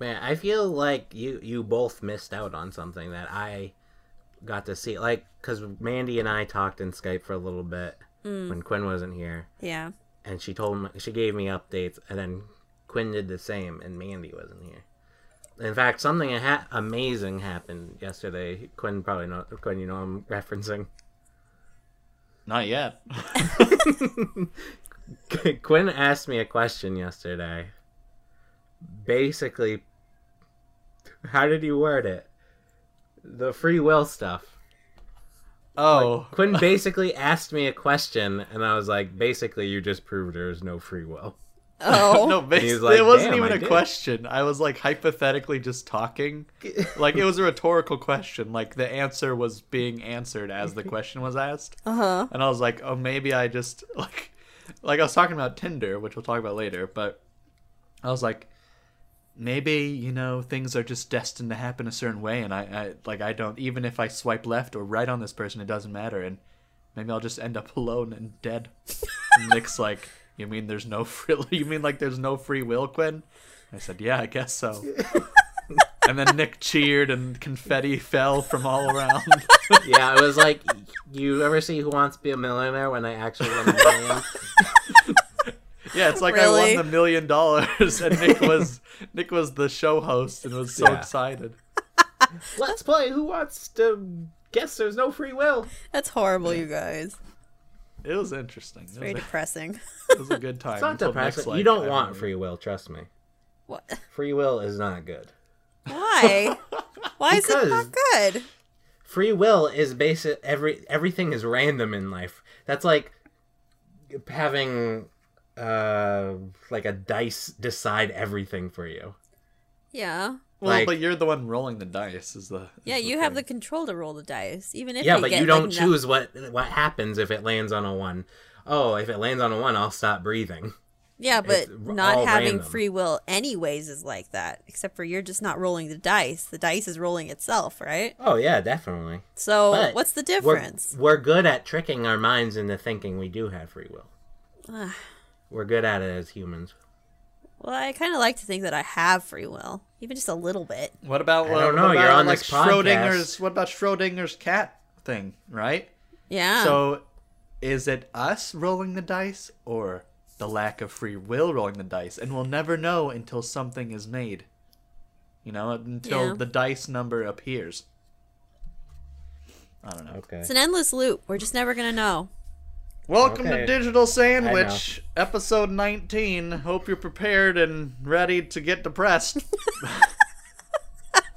Man, I feel like you you both missed out on something that I got to see. Like, because Mandy and I talked in Skype for a little bit when Quinn wasn't here, Yeah. and she told me she gave me updates, and then Quinn did the same, and Mandy wasn't here. In fact, something ha- amazing happened yesterday. Quinn probably know Quinn, you know I'm referencing. Not yet. Quinn asked me a question yesterday. Basically, how did he word it? The free will stuff. oh, Quinn basically asked me a question, and I was like, basically, you just proved there is no free will. Oh. no, he basically, was like, it wasn't "Damn, even I a did." question. I was like hypothetically just talking. Like it was a rhetorical question. Like the answer was being answered as the question was asked. Uh-huh. And I was like, oh, maybe I just like, like I was talking about Tinder, which we'll talk about later. But I was like, maybe you know things are just destined to happen a certain way, and I, I like I don't even if I swipe left or right on this person, it doesn't matter, and maybe I'll just end up alone and dead. and Nick's like, you mean there's no free? You mean like there's no free will, Quinn? I said, yeah, I guess so. and then Nick cheered, and confetti fell from all around. yeah, it was like, you ever see Who Wants to Be a Millionaire when I actually won the million? Yeah, it's like I Really? won the million dollars, and Nick was Nick was the show host and was so Yeah. excited. Let's play Who Wants to Guess There's No Free Will. That's horrible, you guys. It was interesting. It Very was, depressing. a, it was a good time. It's not until Nick's depressing. like, you I don't want know. free will, trust me. What? Free will is not good. Why? Why is it not good? free will is basic every everything is random in life that's like having uh like a dice decide everything for you Yeah. Well, like- but you're the one rolling the dice. Is the is Yeah, the you have the thing. control to roll the dice, even if yeah you but get, you don't like, no- choose what what happens if it lands on a one. Oh, if it lands on a one i'll stop breathing Yeah, It's but all not having random. free will anyways is like that. Except for you're just not rolling the dice. The dice is rolling itself, right? oh yeah definitely So But what's the we're, difference? we're good at tricking our minds into thinking we do have free will Ugh. we're good at it as humans Well, I kind of like to think that I have free will, even just a little bit. What about? I what- don't know, what you're about, on like this podcast. Schrodinger's. What about Schrodinger's cat thing? Right. Yeah. So, is it us rolling the dice or the lack of free will rolling the dice? And we'll never know until something is made. You know, until Yeah. the dice number appears. I don't know. okay it's an endless loop. We're just never gonna know. Welcome Okay. to Digital Sandwich, episode 19. Hope you're prepared and ready to get depressed.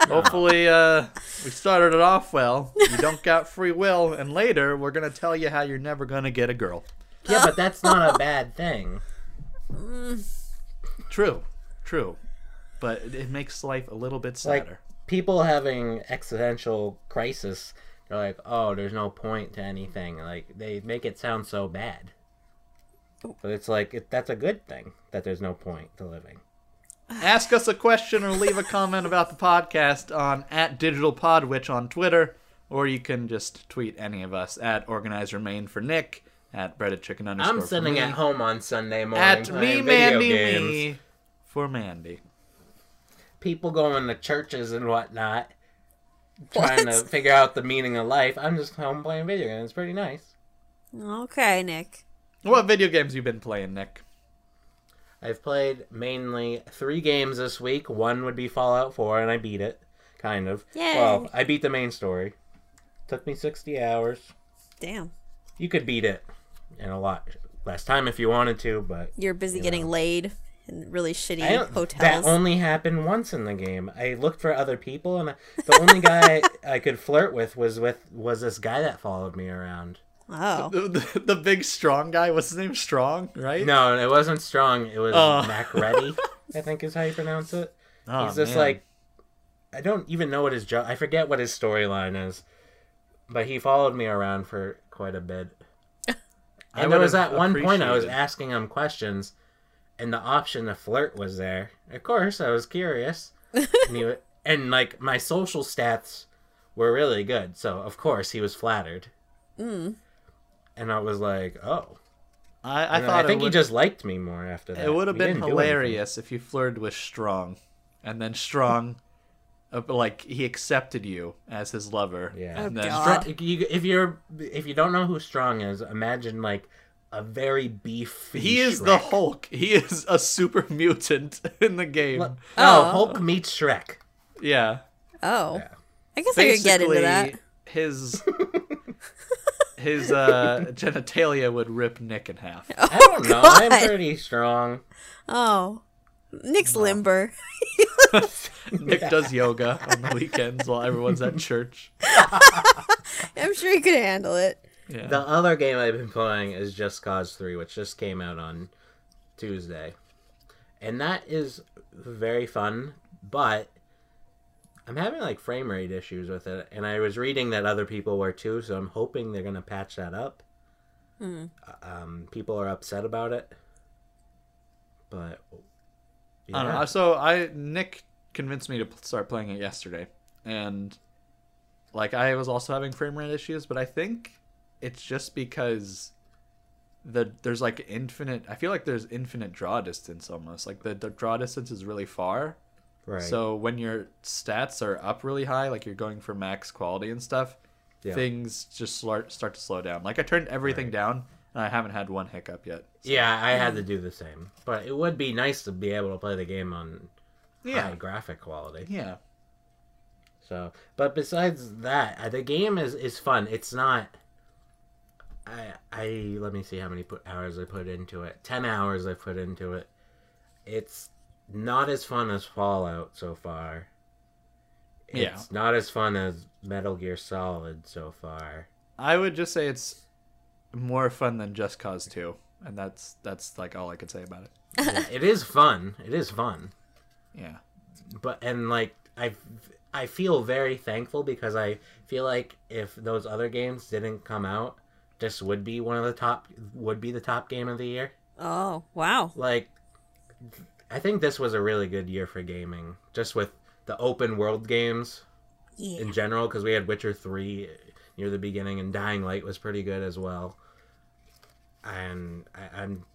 Hopefully, uh, we started it off well. You don't got free will, and later we're going to tell you how you're never going to get a girl. yeah but that's not a bad thing True, true, but it- it makes life a little bit like sadder. people having existential crisis they're like oh there's no point to anything like they make it sound so bad but it's like it, that's a good thing that there's no point to living Ask us a question or leave a comment about the podcast on at Digital Podwitch on Twitter, or you can just tweet any of us at Organizer Main for Nick at breaded chicken underscore. i'm for sitting me, at home on sunday morning at me playing Mandy video games. me for Mandy. people going to churches and whatnot trying to figure out the meaning of life i'm just home playing video games it's pretty nice Okay, Nick. What video games you been playing, Nick? I've played mainly three games this week. One would be Fallout 4, and I beat it, kind of. Yay. Well, I beat the main story. Took me 60 hours. Damn, You could beat it in a lot less time if you wanted to, but you're busy getting laid in really shitty I don't, that hotels. only happened once in the game. I looked for other people, and I, the only guy I could flirt with was with was this guy that followed me around. oh, The, the, the big strong guy. What's his name? Strong, right? No, it wasn't strong. It was Oh. Macready, I think is how you pronounce it. Oh, he's just man. like i don't even know what his job i forget what his storyline is but he followed me around for quite a bit I and there was would've at one point i was appreciated- asking him questions and the option to flirt was there of course i was curious and, he, wa- and like my social stats were really good so of course he was flattered and i was like oh I, I And thought i think it he would, just liked me more after that It would have We been didn't do anything. hilarious if you flirted with Strong. and then Strong, uh, like he accepted you as his lover. Yeah. and Oh, then God. Strong, you, if you're if you don't know who Strong is, imagine like a very beefy. he is Shrek. the Hulk. He is a super mutant in the game. No, Oh. Hulk meets Shrek. yeah, Oh, Yeah. I guess I could get into that. his his uh, genitalia would rip Nick in half. Oh, I don't know. God. I'm pretty strong. Oh, Nick's limber. Nick does yoga on the weekends while everyone's at church. I'm sure he could handle it. Yeah. The other game I've been playing is Just Cause 3, which just came out on Tuesday. And that is very fun, but I'm having like frame rate issues with it. And I was reading that other people were too, so I'm hoping they're going to patch that up. Uh, Um, people are upset about it. But. I don't yeah. know. So I Nick convinced me to p- start playing it yesterday, and like I was also having frame rate issues, but I think it's just because the there's like infinite. I feel like there's infinite draw distance almost. Like the, the draw distance is really far. Right. So when your stats are up really high, like you're going for max quality and stuff, Yeah. things just start start to slow down. Like I turned everything down, and I haven't had one hiccup yet. yeah, I had to do the same. But it would be nice to be able to play the game on high graphic quality. yeah. So, but besides that, uh, the game is is fun. It's not. I I let me see how many put, hours I put into it. Ten hours I put into it. It's not as fun as Fallout so far. It's Yeah. not as fun as Metal Gear Solid so far. I would just say it's more fun than Just Cause 2, and that's that's like all I could say about it. Yeah, it is fun. It is fun. Yeah. but and like I I feel very thankful because I feel like if those other games didn't come out, this would be one of the top would be the top game of the year. Oh, wow. Like I think this was a really good year for gaming, just with the open world games Yeah. in general because we had Witcher 3 near the beginning and Dying Light was pretty good as well. And I, I'm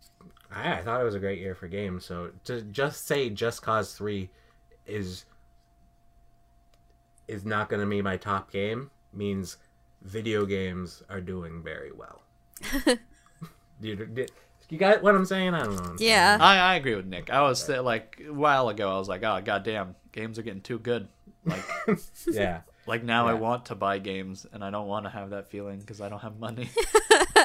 I, I thought it was a great year for games. So to just say Just Cause 3 is is not going to be my top game means video games are doing very well. you, you- you got what I'm saying? I don't know. what I'm saying. Yeah. I, I agree with Nick. I was th- like a while ago I was like, "Oh goddamn, games are getting too good." Like Yeah. like now I Yeah. want to buy games and I don't want to have that feeling cuz I don't have money.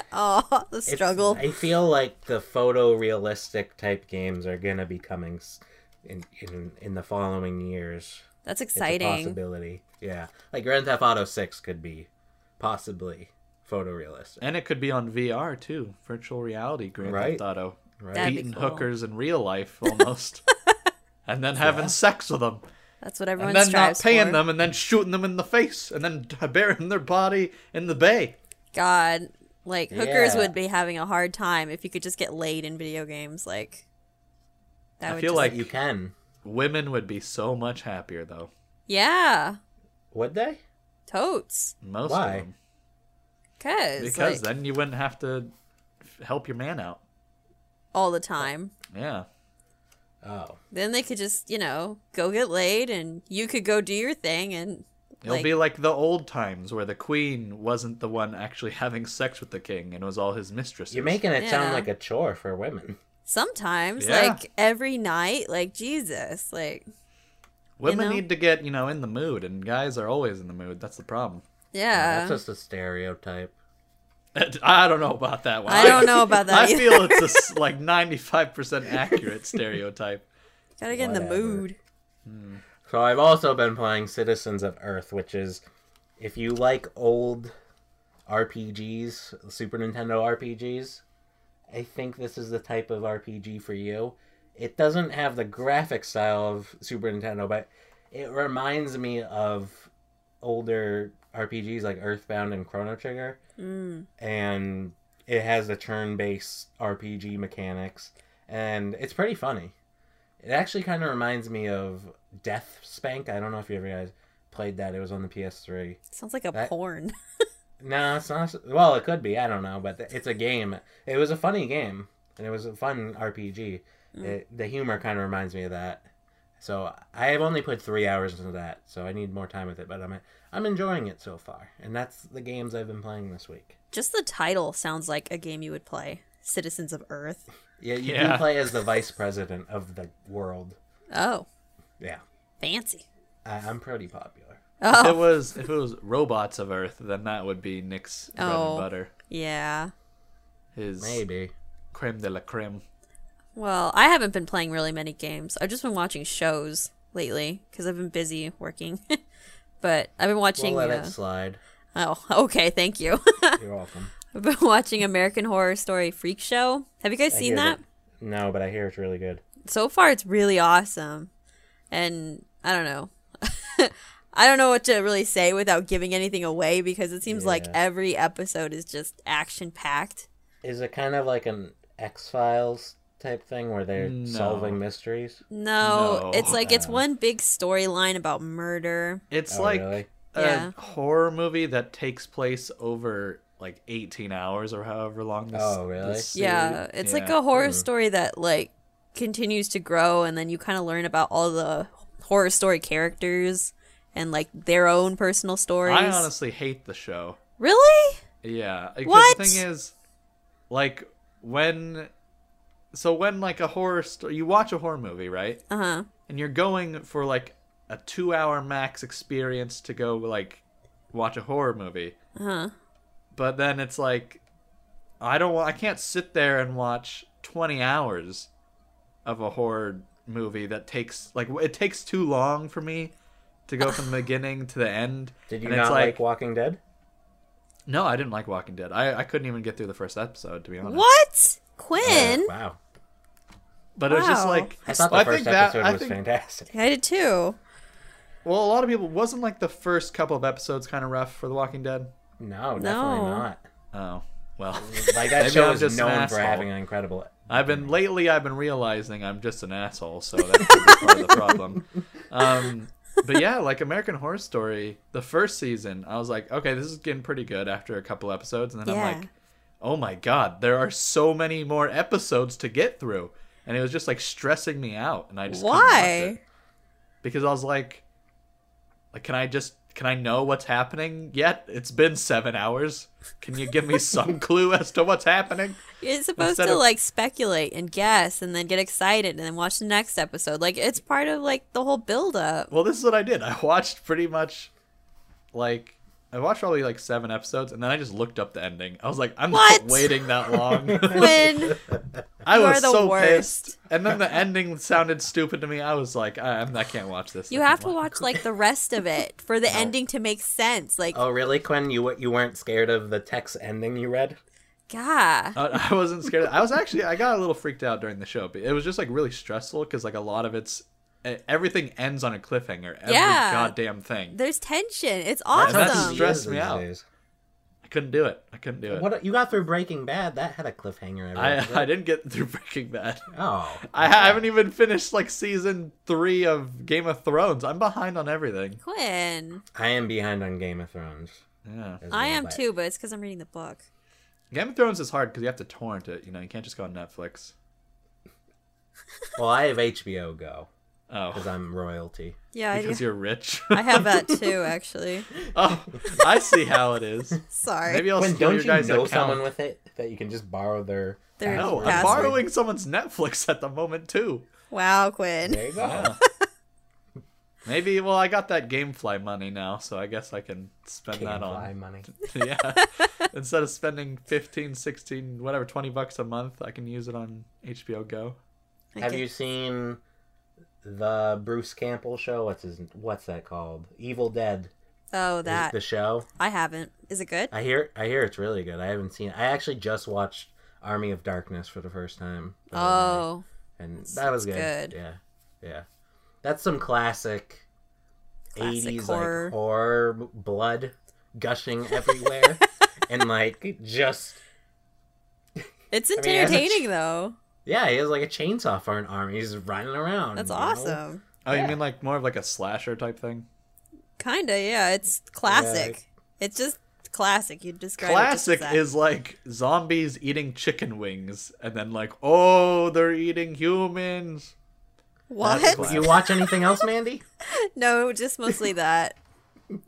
Oh, the It's- struggle. I feel like the photorealistic type games are gonna be coming s- in in, in the following years. That's It's a exciting. possibility. Yeah, like Grand Theft Auto Six could be possibly photorealistic. and it could be on VR too, virtual reality, Grand Right. Theft Auto. Right. That'd be Beating cool. hookers in real life almost. and then having sex with them. That's what everyone and then not strives paying for. them and then shooting them in the face and then t- burying their body in the bay God, like hookers Yeah. would be having a hard time if you could just get laid in video games. Like, that I would feel just- like- you can. women would be so much happier though yeah, Would they? totes. most Why? of them Cause because like, then you wouldn't have to f- help your man out all the time. yeah Oh, Then they could just, you know, go get laid, and you could go do your thing, and it'll like, be like the old times where the queen wasn't the one actually having sex with the king and it was all his mistresses you're making it Yeah. sound like a chore for women. sometimes, Yeah. like every night, like Jesus, like women you know? need to get you know in the mood and guys are always in the mood that's the problem yeah. That's just a stereotype. i don't know about that one I don't know about that. i either. feel it's a s like 95% accurate stereotype Gotta get in the Whatever. mood. So I've also been playing Citizens of Earth, which is if you like old RPGs, Super Nintendo RPGs, I think this is the type of RPG for you. It doesn't have the graphic style of Super Nintendo, but it reminds me of older RPGs like Earthbound and Chrono Trigger. Mm, And it has the turn based RPG mechanics, and it's pretty funny. It actually kind of reminds me of Death Spank. I don't know if you ever guys played that. It was on the PS3. Sounds like a That- porn. No, it's not. Well, it could be. I don't know, but it's a game. It was a funny game, and it was a fun RPG. It, the humor kind of reminds me of that. So I have only put three hours into that, so I need more time with it. But I'm I'm enjoying it so far, and that's the games I've been playing this week. Just the title sounds like a game you would play. Citizens of Earth. Yeah, you do Yeah. play as the vice president of the world. Oh, Yeah, fancy. I, I'm pretty popular. If Oh, it was if it was robots of Earth, then that would be Nick's bread Oh. and butter. yeah. His Maybe. creme de la creme. Well, I haven't been playing really many games. I've just been watching shows lately because I've been busy working. but I've been We'll watching. let uh, it slide. oh, okay. Thank you. You're welcome. I've been watching American Horror Story Freak Show. Have you guys I seen hear that? No, but I hear it's really good. So far, it's really awesome. And I don't know. I don't know what to really say without giving anything away because it seems like Yeah. every episode is just action packed. Is it kind of like an X Files type thing where they're No. solving mysteries? No, No. it's like it's Yeah. one big storyline about murder. It's Oh, like really? a Yeah. horror movie that takes place over like 18 hours or however long this Oh, really? this yeah, series- it's like yeah. a horror story that like continues to grow, and then you kind of learn about all the horror story characters and like their own personal stories. I honestly hate the show. really? Yeah. Because What? the thing is, like, when. So, when, like, a horror story. You watch a horror movie, right? Uh huh. And you're going for, like, a two hour max experience to go, like, watch a horror movie. Uh huh. But then it's like. I don't want. I can't sit there and watch 20 hours of a horror movie that takes. Like, it takes too long for me to go from the beginning to the end. Did you and it's not like, Walking Dead? No, I didn't like Walking Dead. I, I couldn't even get through the first episode, to be honest. What? Quinn? Wow. But it was just Wow. like I thought the Well, first think that- episode I was think- fantastic. I did too. Well, a lot of people wasn't like the first couple of episodes kind of rough for The Walking Dead. No, definitely No. not. Oh well, Like that Maybe show I'm is just an known for asshole. having an incredible. I've been lately. I've been realizing I'm just an asshole, so that's part of the problem. Um, but yeah, like American Horror Story, the first season, I was like, okay, this is getting pretty good after a couple episodes, and then Yeah. I'm like, oh my god, there are so many more episodes to get through, and it was just like stressing me out, and I just couldn't watch it. Why? because I was like, like, can I just can I know what's happening yet? It's been seven hours. Can you give me some clue as to what's happening? You're supposed Instead to of- like speculate and guess and then get excited and then watch the next episode. Like it's part of like the whole build up. Well, this is what I did. I watched pretty much, like, I watched probably like seven episodes, and then I just looked up the ending. I was like, I'm What? not waiting that long. Quinn, I You was are the so worst. pissed. And then the ending sounded stupid to me. I was like, I, I'm- I can't watch this. you I have to can't watch like the rest of it for the ending to make sense. Like, Oh, really, Quinn? You wa- you weren't scared of the text ending you read? God. Uh, I wasn't scared. I was actually I got a little freaked out during the show. But it was just like really stressful because like a lot of it's e- everything ends on a cliffhanger. Every Yeah. goddamn thing. There's tension. It's That's how Awesome. TV awesome. stressed is me these out. days. I couldn't do it. I couldn't do it. What you got through Breaking Bad? That had a cliffhanger. every I episode. I didn't get through Breaking Bad. Oh, I ha- haven't even finished like season three of Game of Thrones. I'm behind on everything. Quinn, I am behind on Game of Thrones. Yeah, as I well, am but- too, but it's because I'm reading the book. Game of Thrones is hard because you have to torrent it. You know, you can't just go on Netflix. Well, I have HBO Go because Oh, I'm royalty. Yeah, I, because do. you're rich. I have that too, actually. oh, I see how it is. Sorry. Maybe I'll Quinn, steal don't your you guys' know account. someone with it that you can just borrow their? Their password? No, I'm Password. borrowing someone's Netflix at the moment too. Wow, Quinn. There you go. Maybe well, I got that GameFly money now, so I guess I can spend that Gamefly on. money. yeah. Instead of spending 15, 16, whatever, 20 bucks a month, I can use it on HBO Go. Have Okay. you seen the Bruce Campbell show? What's his? What's that called? Evil Dead. Oh, that. the show. I haven't. Is it good? I hear. I hear it's really good. I haven't seen. It. I actually just watched Army of Darkness for the first time. the other night, Oh, and that was good. good. Yeah, yeah. That's some classic, Classic eighties horror. like horror b- blood gushing everywhere, and like just it's I mean, as a ch- entertaining though. yeah, he has like a chainsaw for an arm. He's running around. That's you know? awesome. Oh, Yeah. you mean like more of like a slasher type thing? Kinda, yeah. It's classic. It's just classic. You describe Classic it just as that. is like zombies eating chicken wings, and then like, oh, they're eating humans. What? Wow. You watch anything else, Mandy? No, just mostly that.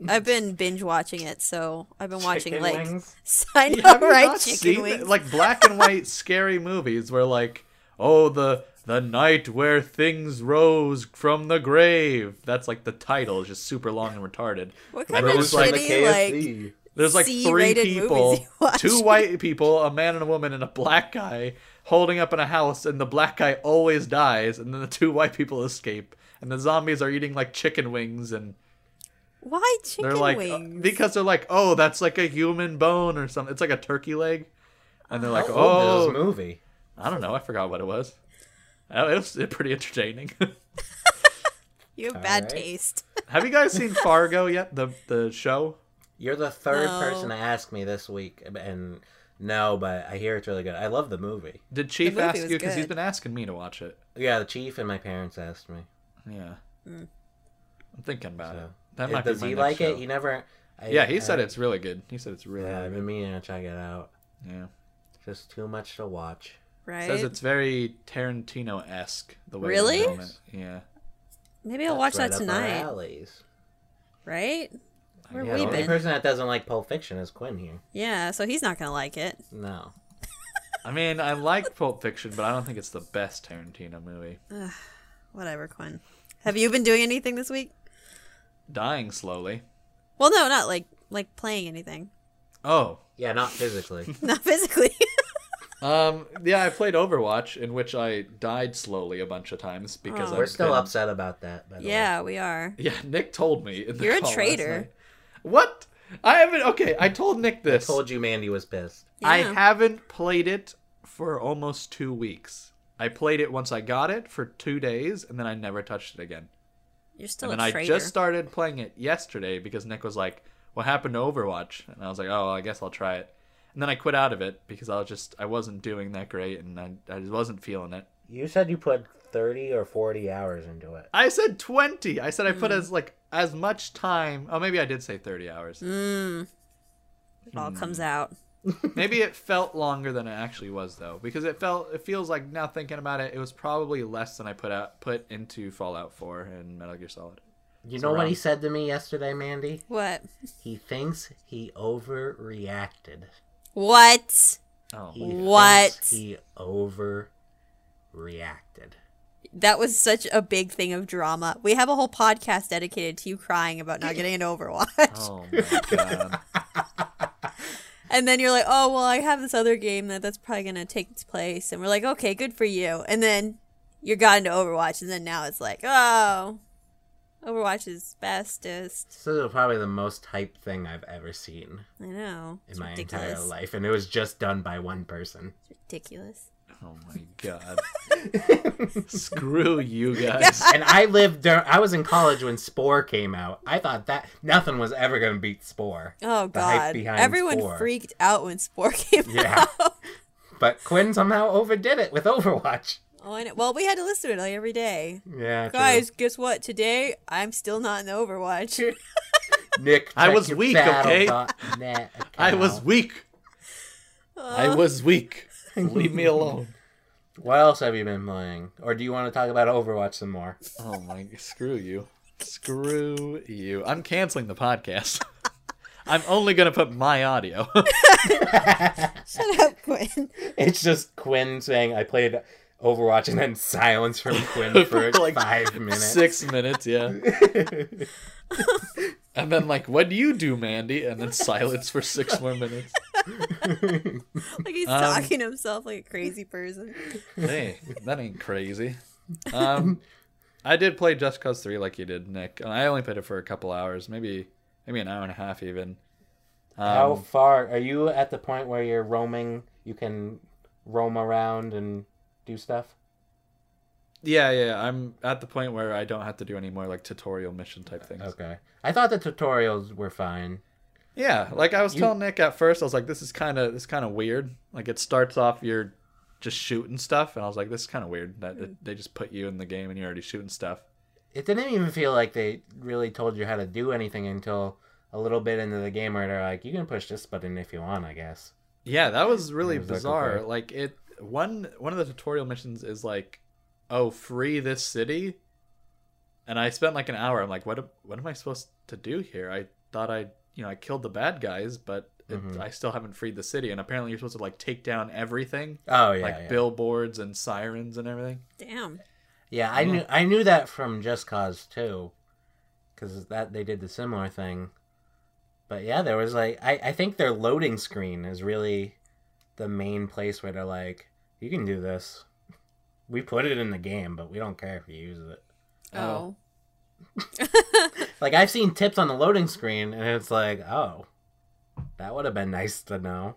I've been binge watching it, so I've been watching Chicken like wings? I know, Have you right? not Chicken seen wings. the- like black and white scary movies where like oh the the night where things rose from the grave. That's like the title is just super long and retarded. what And kind of it's like- shitty like? There's like three C-rated movies people, you watch. two white people, a man and a woman, and a black guy holding up in a house, and the black guy always dies, and then the two white people escape, and the zombies are eating like chicken wings, and Why chicken they're like uh, wings? because they're like, oh, that's like a human bone or something. It's like a turkey leg, and they're like, How old is oh, this movie? I don't know, I forgot what it was. Uh, It was pretty entertaining. you have bad Alright. taste. Have you guys seen Fargo yet? The the show. You're the third No. person to ask me this week, and no, but I hear it's really good. I love the movie. Did Chief movie ask was you? Because he's good. been asking me to watch it. Yeah, the chief and my parents asked me. Yeah. Mm. I'm thinking about it. So, That If- might Eh, does be my he next like show. it? You never. I, yeah, he I- said it's really good. He said it's really Yeah, I've really been meaning to check it out. good. Yeah. Just too much to watch. Right? Says it's very Tarantino esque the way Really? they film it. Yeah. Maybe I'll watch That's right that up our tonight. Alleys. Right? Where Yeah, we the only been? person that doesn't like Pulp Fiction is Quinn here. Yeah, so he's not gonna like it. No. I mean, I like Pulp Fiction, but I don't think it's the best Tarantino movie. Whatever, Quinn. Have you been doing anything this week? Dying slowly. Well, no, not like like playing anything, Oh. Yeah, not physically. not physically. Um. Yeah, I played Overwatch, in which I died slowly a bunch of times because Oh. I've We're still been- upset about that. By the way. yeah, we are. Yeah, Nick told me. In the You're a call last traitor. night. What? I haven't. Okay, I told Nick this. Told you Mandy was pissed. I Yeah. haven't played it for almost two weeks. I played it once I got it for two days, and then I never touched it again. You're still and a then I traitor. just started playing it yesterday because Nick was like, "What happened to Overwatch?" And I was like, "Oh, I guess I'll try it." And then I quit out of it because I was just I wasn't doing that great, and I, I just wasn't feeling it. You said you put thirty or forty hours into it. I said twenty. I said I put as like as much time. Oh, maybe I did say thirty hours. Hmm. It Hmm. all comes out. Maybe it felt longer than it actually was though, because it felt it feels like now thinking about it, it was probably less than I put out put into Fallout 4 and Metal Gear Solid. You know what around- he said to me yesterday, Mandy? What? He thinks he overreacted. What? Oh, He thinks What? He overreacted. That was such a big thing of drama. We have a whole podcast dedicated to you crying about not getting an Overwatch. oh my god. And then you're like, oh, well, I have this other game that that's probably going to take its place. And we're like, okay, good for you. And then you got into Overwatch. And then now it's like, oh, Overwatch is bestest. This is probably the most hyped thing I've ever seen I know. in my entire life, and it was just done by one person. Ridiculous. Oh my god. Screw you guys. and I lived. Dur- I was in college when Spore came out. I thought that nothing was ever going to beat Spore. Oh, The hype God. behind Everyone Spore. freaked out when Spore came Yeah. out. But Quinn somehow overdid it with Overwatch. Oh, I know. Well, we had to listen to it like every day. Yeah, true. Guys, guess what? Today, I'm still not in Overwatch. Nick, I check was your weak, okay? Battle.net I was account. weak. I was weak. Uh, Leave me alone. What else have you been playing? Or do you want to talk about Overwatch some more? Oh my screw you. Screw you. I'm canceling the podcast. I'm only going to put my audio. Shut up, Quinn. It's just Quinn saying I played Overwatch and then silence from Quinn for Like, five minutes. Six minutes, yeah. and then like, what do you do, Mandy? And then silence for six more minutes. Like he's Um, talking to himself like a crazy person. Hey, that ain't crazy. Um, I did play Just Cause Three like you did, Nick, and I only played it for a couple hours, maybe maybe an hour and a half even. How Um, far are you at the point where you're roaming? You can roam around and do stuff. yeah, yeah. I'm at the point where I don't have to do any more like tutorial mission type things. Okay. I thought the tutorials were fine. Yeah, like I was You- telling Nick at first, I was like, "This is kind of this kind of weird." Like it starts off you're just shooting stuff, and I was like, "This is kind of weird that it, they just put you in the game and you're already shooting stuff." It didn't even feel like they really told you how to do anything until a little bit into the game where they're like, you can push this button if you want, I guess. Yeah, that was really was like, bizarre. okay. Like it one one of the tutorial missions is like, "Oh, free this city," and I spent like an hour. I'm like, "What? am- What am I supposed to do here? I thought I, you know, I killed the bad guys, but it, Mhm. I still haven't freed the city. And apparently, you're supposed to like take down everything, Oh yeah, like yeah. billboards and sirens and everything. Damn. Yeah, I knew I knew that from Just Cause too, because that they did the similar thing. But yeah, there was like I I think their loading screen is really the main place where they're like, you can do this. We put it in the game, but we don't care if you use it. Oh. Oh. Like I've seen tips on the loading screen, and it's like, oh, that would have been nice to know.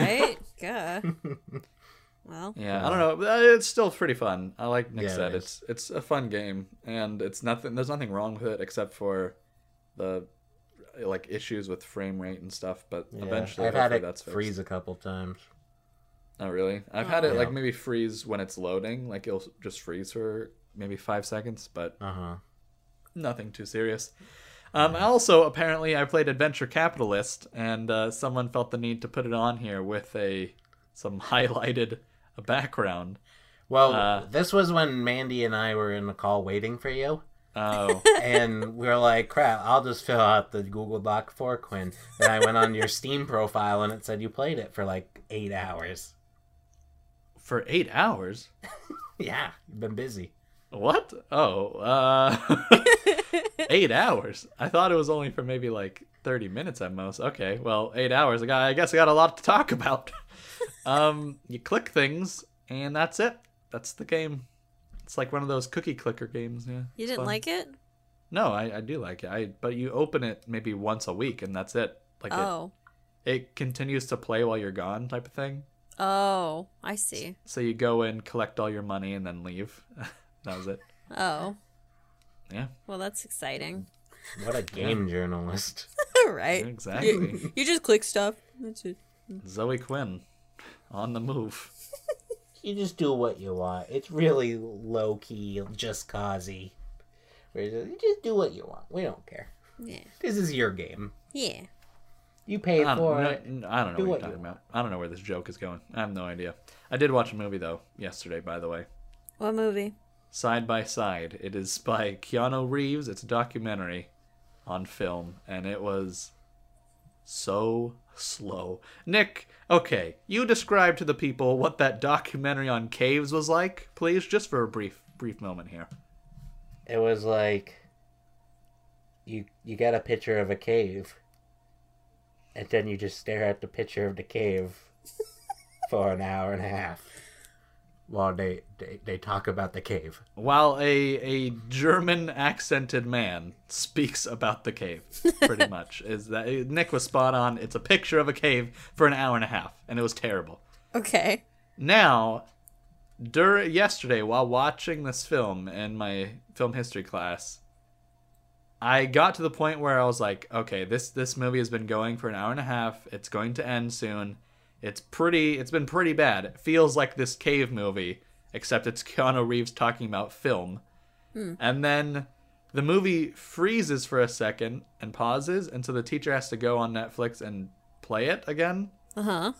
right? God. Well, Yeah, Yeah. I don't know. but, uh, It's still pretty fun. I like Nick Yeah, it is. said. It's it's a fun game, and it's nothing. There's nothing wrong with it except for the like issues with frame rate and stuff. But Yeah, eventually, I've had hopefully it that's fixed. freeze a couple times. Oh, really? I've had it Yeah. like maybe freeze when it's loading. Like it'll just freeze for maybe five seconds, but Uh huh. nothing too serious. Um, Also, apparently, I played Adventure Capitalist, and uh, someone felt the need to put it on here with a some highlighted uh, background. Well, Uh, this was when Mandy and I were in the call waiting for you. Oh. and we are like, crap, I'll just fill out the Google Doc for Quinn. And I went on your Steam profile and it said you played it for like eight hours. for eight hours. Yeah, you've been busy. What? Oh, uh, eight hours. I thought it was only for maybe like thirty minutes at most. Okay, well, eight hours. I got. I guess I got a lot to talk about. um, you click things, and that's it. That's the game. It's like one of those cookie clicker games. Yeah. you it's didn't fun. like it? No, I, I do like it. I but you open it maybe once a week, and that's it. Like Oh. it, it continues to play while you're gone, type of thing. Oh, I see. So you go in, collect all your money, and then leave. that was it. Oh. Yeah. Well, that's exciting. What a game journalist. All right. Exactly. You just click stuff. That's it. Zoe Quinn on the move. You just do what you want. It's really low key, just causey. Where it's just, you just do what you want. We don't care. Yeah. This is your game. Yeah. You paid I don't, for Um, no- it. n- I don't Do know what you're what you talking about. I don't know where this joke is going. I have no idea. I did watch a movie though yesterday, by the way. What movie? Side by Side. It is by Keanu Reeves. It's a documentary on film, and it was so slow. Nick, okay, you describe to the people what that documentary on caves was like, please, just for a brief brief moment here. It was like you you got a picture of a cave, and then you just stare at the picture of the cave for an hour and a half while they they, they talk about the cave. while a a German accented man speaks about the cave, pretty much is that Nick was spot on. It's a picture of a cave for an hour and a half, and it was terrible. Okay. Now, dur yesterday while watching this film in my film history class, I got to the point where I was like, okay, this this movie has been going for an hour and a half. It's going to end soon. It's pretty it's been pretty bad. It feels like this cave movie, except it's Keanu Reeves talking about film. And then the movie freezes for a second and pauses, and so the teacher has to go on Netflix and play it again Uh huh.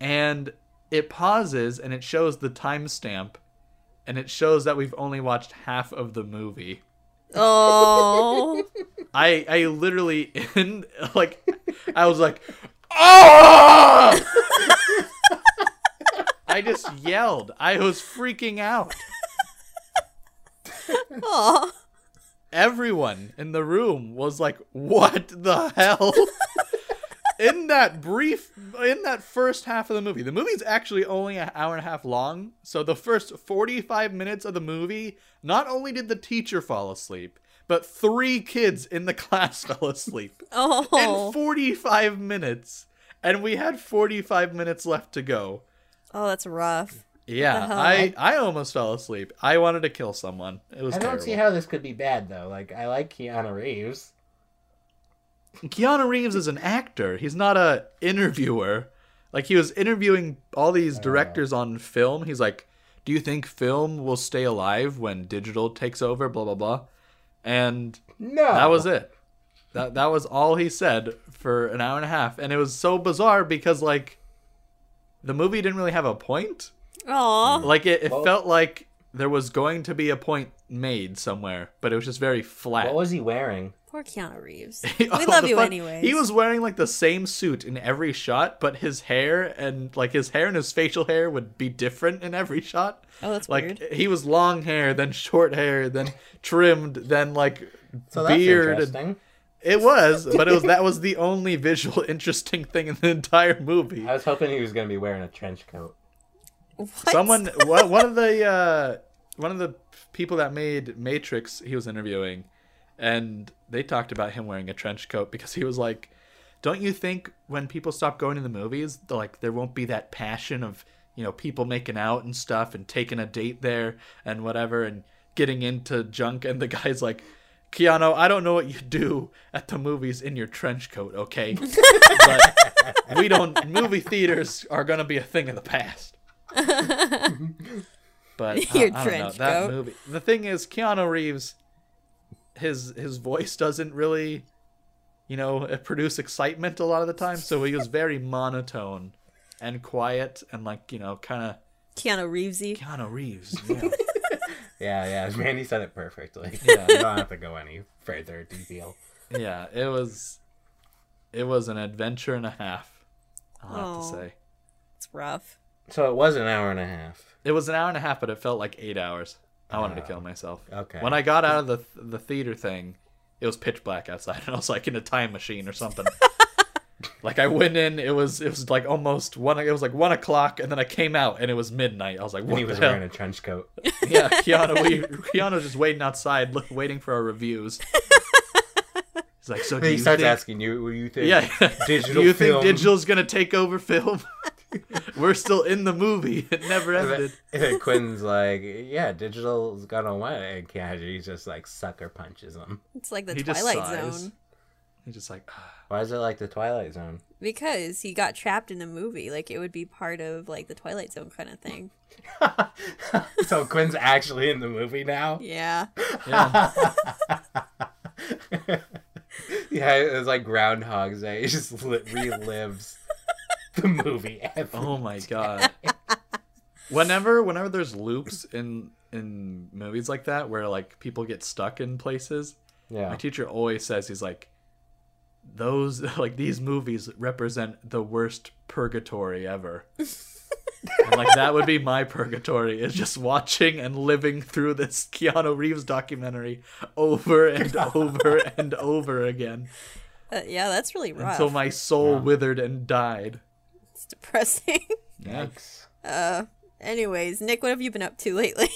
and it pauses and it shows the timestamp and it shows that we've only watched half of the movie. Oh. I I literally in like I was like oh I just yelled. I was freaking out. oh. Everyone in the room was like what the hell? in that brief in that first half of the movie the movie's actually only an hour and a half long so the first 45 minutes of the movie not only did the teacher fall asleep but three kids in the class fell asleep in Oh. 45 minutes and we had 45 minutes left to go Oh, that's rough. yeah Uh-huh. i i almost fell asleep i wanted to kill someone it was I don't terrible. see how this could be bad though. Like I like Keanu Reeves. Keanu Reeves is an actor. He's not a interviewer. Like he was interviewing all these directors on film. He's like, "Do you think film will stay alive when digital takes over?" Blah blah blah. And No, that was it. That that was all he said for an hour and a half, and it was so bizarre because like, the movie didn't really have a point. Oh. Like it, it Well- felt like there was going to be a point made somewhere, but it was just very flat. What was he wearing? Poor Keanu Reeves. He- We oh, love the you fuck- anyway. He was wearing like the same suit in every shot, but his hair and like his hair and his facial hair would be different in every shot. Oh, that's like weird. he was long hair, then short hair, then trimmed, then like So that's beard. and- interesting. It was, but it was that was the only visual interesting thing in the entire movie. I was hoping he was going to be wearing a trench coat. What? Someone, one one of the uh, one of the people that made Matrix, he was interviewing, and they talked about him wearing a trench coat because he was like, "Don't you think when people stop going to the movies, like there won't be that passion of you know people making out and stuff and taking a date there and whatever and getting into junk?" And the guy's like. Keanu, I don't know what you do at the movies in your trench coat, okay? but we don't. Movie theaters are gonna be a thing of the past. but uh, I- Your I, don't know trench that coat. movie. The thing is, Keanu Reeves, his his voice doesn't really, you know, it produce excitement a lot of the time. So he was very monotone and quiet and like you know, kind of Keanu Reevesy. Keanu Reeves. Yeah. Yeah, yeah. Mandy said it perfectly. Yeah. you don't have to go any further detail. yeah, it was, it was an adventure and a half. I'll have Aw. to say It's rough. So it was an hour and a half. it was an hour and a half, but it felt like eight hours. I wanted to kill myself. Ah, Okay. When I got out of the the theater thing, it was pitch black outside, and I was like in a time machine or something. like I went in, it was it was like almost one. It was like one o'clock, and then I came out, and it was midnight. I was like, And what he the was hell? wearing a trench coat. yeah, Keanu, we, Keanu's just waiting outside, look, waiting for our reviews. He's like, so do He you starts think- asking you, "What you think? Yeah, digital do you film. think digital's gonna take over film? We're still in the movie; it never And ended. then- and then Quinn's like, "Yeah, digital's gone away," and Keanu's just like sucker punches him. It's like the He just Twilight sighs. Zone. He's just like, "Ah." Why is it like the Twilight Zone? Because he got trapped in the movie. Like it would be part of like the Twilight Zone kind of thing. so Quinn's actually in the movie now. Yeah. yeah. Yeah, it was like Groundhog's Day. It just li- relives the movie. every- Oh my god. whenever whenever there's loops in in movies like that where like people get stuck in places, my Yeah. teacher always says he's like those like these movies represent the worst purgatory ever. and like that would be my purgatory is just watching and living through this Keanu Reeves documentary over and over and over again Uh, yeah, that's really rough. until my soul withered and died. It's depressing. Yeah. Yikes. uh anyways, Nick, what have you been up to lately?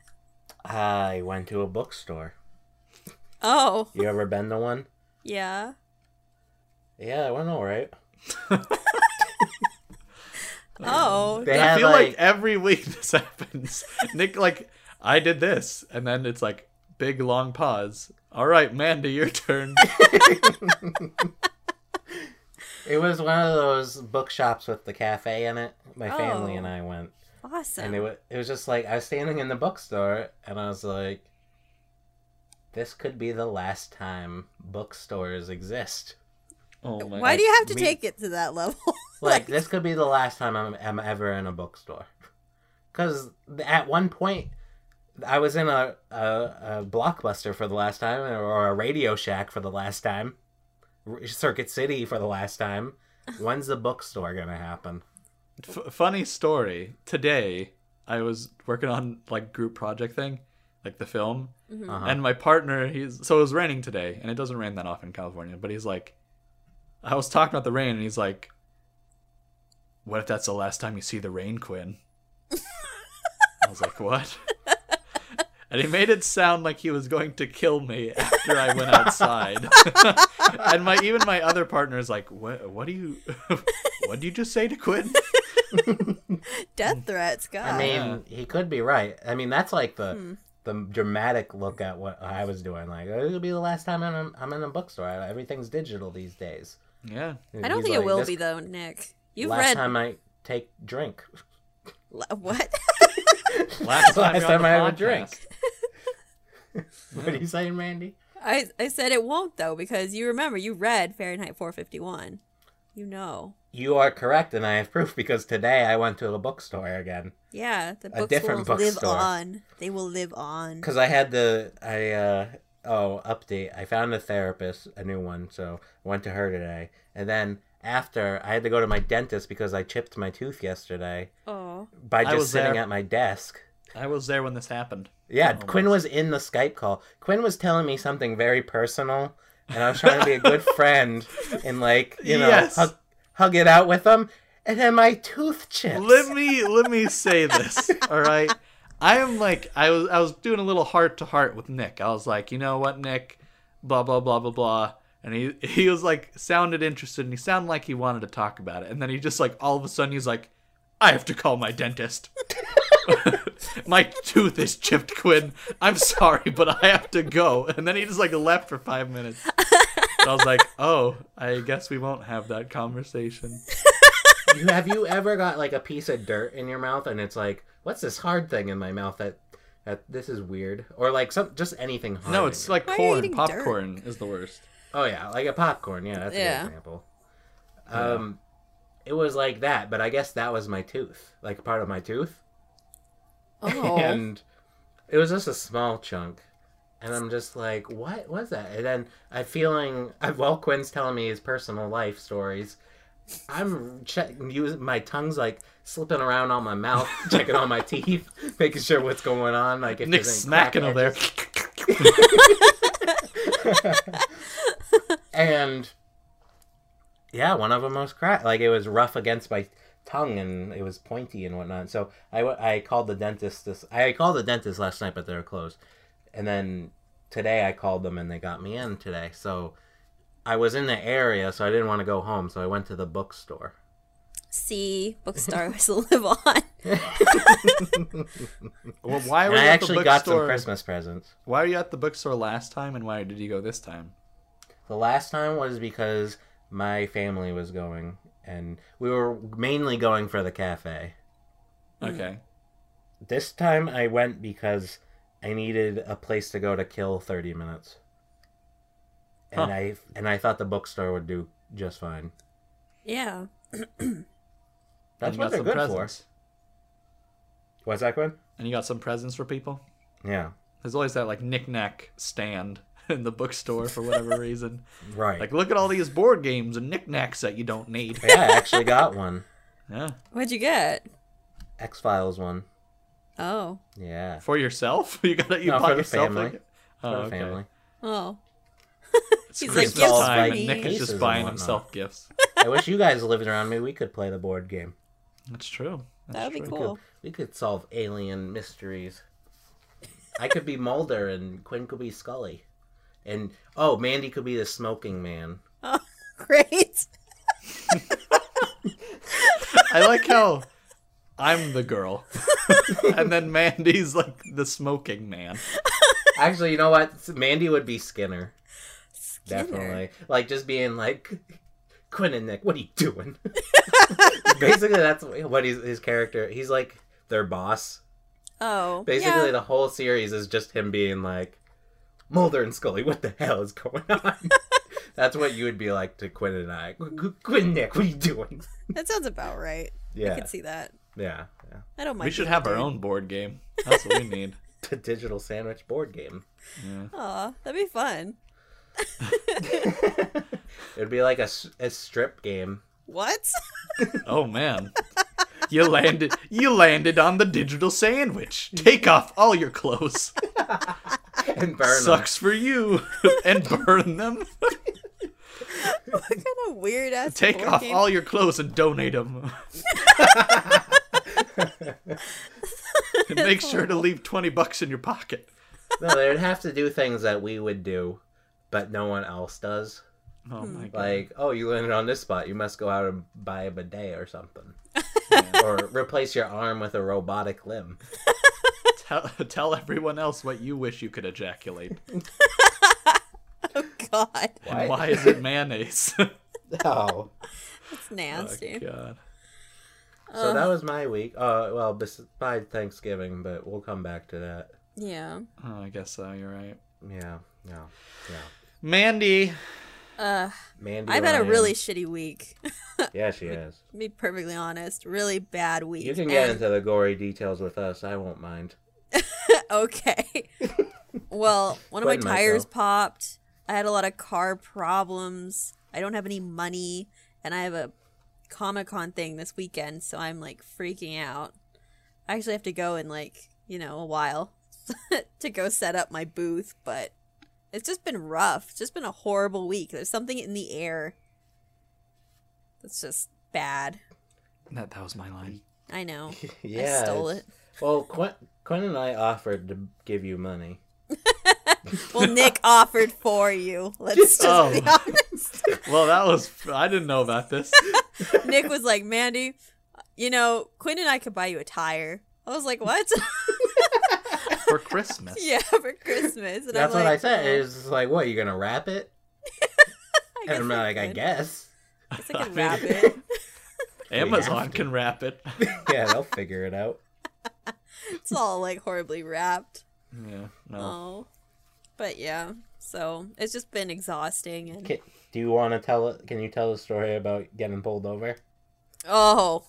I went to a bookstore. oh. You ever been to one? Yeah. Yeah, I went all right. Um, Oh. They I had feel like like, every week this happens. Nick, like, I did this, and then it's like big long pause. All right, Mandy, your turn. it was one of those bookshops with the cafe in it. My family Oh. and I went, and it Awesome. was it was just like I was standing in the bookstore, and I was like, "This could be the last time bookstores exist." Oh my! Why do you have to Me- take it to that level? like this could be the last time I'm, I'm ever in a bookstore because at one point i was in a, a, a blockbuster for the last time or a radio shack for the last time R- circuit city for the last time when's the bookstore gonna happen F- funny story. Today, I was working on like group project thing, like the film, Uh-huh. and my partner. He's so it was raining today, and it doesn't rain that often in California. But he's like, I was talking about the rain, and he's like, "What if that's the last time you see the rain, Quinn?" I was like, "What?" And he made it sound like he was going to kill me after I went outside. and my even my other partner is like, "What? What do you? what do you just say to Quinn?" Death threats, God. Mm. i yeah. mean he could be right i mean that's like the Hmm. the dramatic look at what i was doing like it'll be the last time i'm, I'm in a bookstore everything's digital these days Yeah. I don't He's think it like, will "This be though, Nick. You've last read time i take drink La- what? Last Last time, you're on time the I had a podcast. drink. what are Hmm. you saying randy I I said it won't though because you remember you read Fahrenheit 451. You know. You are correct, and I have proof because today I went to the bookstore again Yeah, the A books different will live bookstore. on. They will live on. because I had the I uh oh update. I found a therapist, a new one, so I went to her today, and then after I had to go to my dentist because I chipped my tooth yesterday Oh. by I just was sitting there. at my desk. I was there when this happened. Yeah, Oh, Quinn was in the Skype call. Quinn was telling me something very personal, and I was trying to be a good friend and like you know Yes. hug, hug it out with him. And then my tooth chips. Let me let me say this. All right. I am like I was I was doing a little heart to heart with Nick. I was like, you know what, Nick? Blah blah blah blah blah. And he he was like sounded interested and he sounded like he wanted to talk about it. And then he just like all of a sudden he's like, I have to call my dentist. my tooth is chipped, Quinn. I'm sorry, but I have to go. And then he just like left for five minutes. And I was like, oh, I guess we won't have that conversation. You- have you ever got like a piece of dirt in your mouth and it's like, what's this hard thing in my mouth that that this is weird or like some just anything hard? No, in it's your- like Why are you corn. eating Popcorn is the worst. oh yeah, like a popcorn. Yeah, that's a Yeah. good example. Um, it was like that, but I guess that was my tooth, like a part of my tooth, Oh. and it was just a small chunk. And I'm just like, what was that? And then I'm feeling, I- while Quinn's telling me his personal life stories, I'm checking, using my tongue's like slipping around on my mouth, checking on my teeth, making sure what's going on. Like if Nick's there's any smacking crack over there. edges. And yeah, one of them was cracked. Like it was rough against my tongue, and it was pointy and whatnot. So I, w- I called the dentist. This I called the dentist last night, but they were closed. And then today I called them, and they got me in today. So I was in the area, so I didn't want to go home. So I went to the bookstore. See, bookstores will live on. Well, why were And you I at the actually got some bookstore? Christmas presents. Why were you at the bookstore last time, and why did you go this time? The last time was because my family was going, and we were mainly going for the cafe. Hmm. Okay. This time I went because I needed a place to go to kill 30 minutes. And Huh. I and I thought the bookstore would do just fine. Yeah. That's and you what got they're some good presents. for. What's that, Quinn? And you got some presents for people. Yeah. There's always that like knickknack stand in the bookstore for whatever reason. Right. Like, look at all these board games and knickknacks that you don't need. yeah, I actually got one. Yeah. What'd you get? X Files one. Oh. Yeah. For yourself? You got you No, for bought the yourself family. like- Oh, For the okay. family. Oh. It's He's like, Christmas "Gifts time, for and me." Nick is Pieces just and buying whatnot. himself gifts. I wish you guys lived around me. We could play the board game. That's true. That's That would be true. We Cool. could, we could solve alien mysteries. I could be Mulder and Quinn could be Scully. And oh, Mandy could be the smoking man. Oh, great. I like how I'm the girl, and then Mandy's like the smoking man. Actually, you know what? Mandy would be Skinner. Skinner. Definitely. Like just being like Quinn and Nick, what are you doing? Basically that's what he's, his character. He's like their boss. Oh. Basically yeah. the whole series is just him being like Mulder and Scully, what the hell is going on? that's what you would be like to Quinn and I. Qu- Qu- Quinn Nick, what are you doing? That sounds about right. I Yeah. can see that. Yeah. yeah. I don't mind. we should being have our dirty. own board game. That's what we need. The digital sandwich board game. Aw, that'd be fun. It'd be like a, s- a strip game. What? Oh man, you landed. You landed on the digital sandwich. Take off all your clothes. And burn 'em. Sucks for you, and burn them. what kind of weird ass Take board off game? all your clothes and donate them. and make sure to leave twenty bucks in your pocket. No, they would have to do things that we would do, but no one else does. Oh my god. Like, oh, you landed on this spot. You must go out and buy a bidet or something. or replace your arm with a robotic limb. tell, tell everyone else what you wish you could ejaculate. God, What? And why is it mayonnaise? Oh, No. it's nasty. God. So that was my week. Uh, well, besides Thanksgiving, but we'll come back to that. yeah. Oh, I guess so. You're right. Yeah, yeah, yeah. Mandy, Uh, Mandy. I've had a Ryan. really shitty week. yeah, she has. to be perfectly honest, really bad week. You can get And- into the gory details with us. I won't mind. okay. well, one of my Blame tires myself. popped. I had a lot of car problems. I don't have any money, and I have a Comic Con thing this weekend, so I'm like freaking out. I actually have to go in like you know a while to go set up my booth, but it's just been rough. It's just been a horrible week. There's something in the air that's just bad. That that was my line. Oh, I know. yeah. stole it's- Well, Quinn, Quinn and I offered to give you money. Well, Nick offered for you. Let's just Oh. be honest. Well, that was I didn't know about this. Nick was like, Mandy, you know, Quinn and I could buy you a tire. I was like, what? For Christmas. yeah, for Christmas. And That's I'm what I like, said. "Oh, It's like, what? You gonna wrap it? guess and I'm like, I could. guess. I guess I I could mean- wrap it. Amazon to. can wrap it. yeah, they'll figure it out. It's all like horribly wrapped. Yeah. No. Oh. But yeah, so it's just been exhausting. And Can, do you want to tell? Can you tell the story about getting pulled over? oh,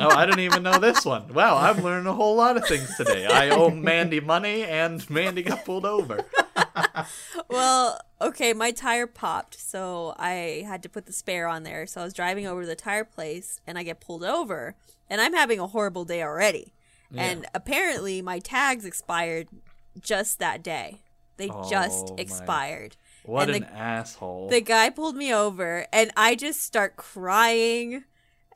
Oh, I didn't even know this one. Wow, I'm learning a whole lot of things today. I owe Mandy money, and Mandy got pulled over. well, okay, my tire popped, so I had to put the spare on there. So I was driving over to the tire place and I get pulled over, and I'm having a horrible day already. And apparently, my tags expired just that day. They just Oh, my. expired. what and an the- asshole! The guy pulled me over, and I just start crying.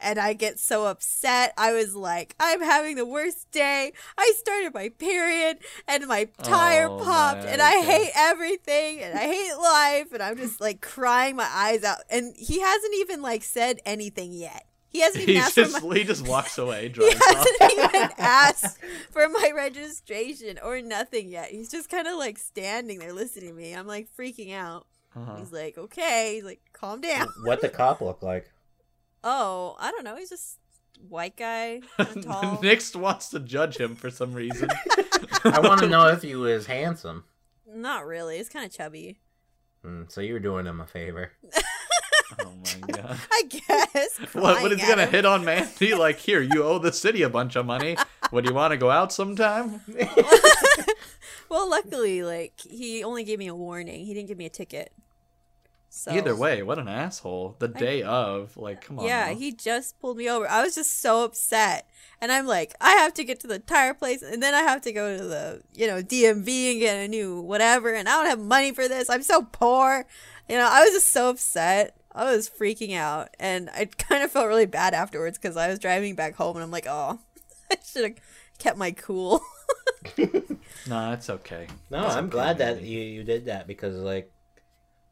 And I get so upset. I was like, I'm having the worst day. I started my period and my tire Oh, popped my and I God. hate everything and I hate life. And I'm just like crying my eyes out. And he hasn't even like said anything yet. He hasn't even he asked for just my he just walks away, he drives off. hasn't even asked for my registration or nothing yet. He's just kind of like standing there listening to me. I'm like freaking out. Uh-huh. He's like, okay. He's like, calm down. What the cop look like? Oh, I don't know. He's just white guy, kinda tall. Nix wants to judge him for some reason. I want to know if he was handsome. Not really. He's kind of chubby. Mm, so you were doing him a favor. Oh my god! I guess. What, what is he Crying gonna at him. hit on Mandy? Like, here, you owe the city a bunch of money. What do you want to go out sometime? Well, luckily, like he only gave me a warning. He didn't give me a ticket. So Either way, what an asshole! The day of, like, come on. Yeah, now. he just pulled me over. I was just so upset. And I'm like, I have to get to the tire place and then I have to go to the, you know, DMV and get a new whatever and I don't have money for this. I'm so poor. You know, I was just so upset. I was freaking out and I kind of felt really bad afterwards cuz I was driving back home and I'm like, "Oh, I should have kept my cool." No, it's okay. No, That's I'm okay, glad that Mandy. you, you did that because like,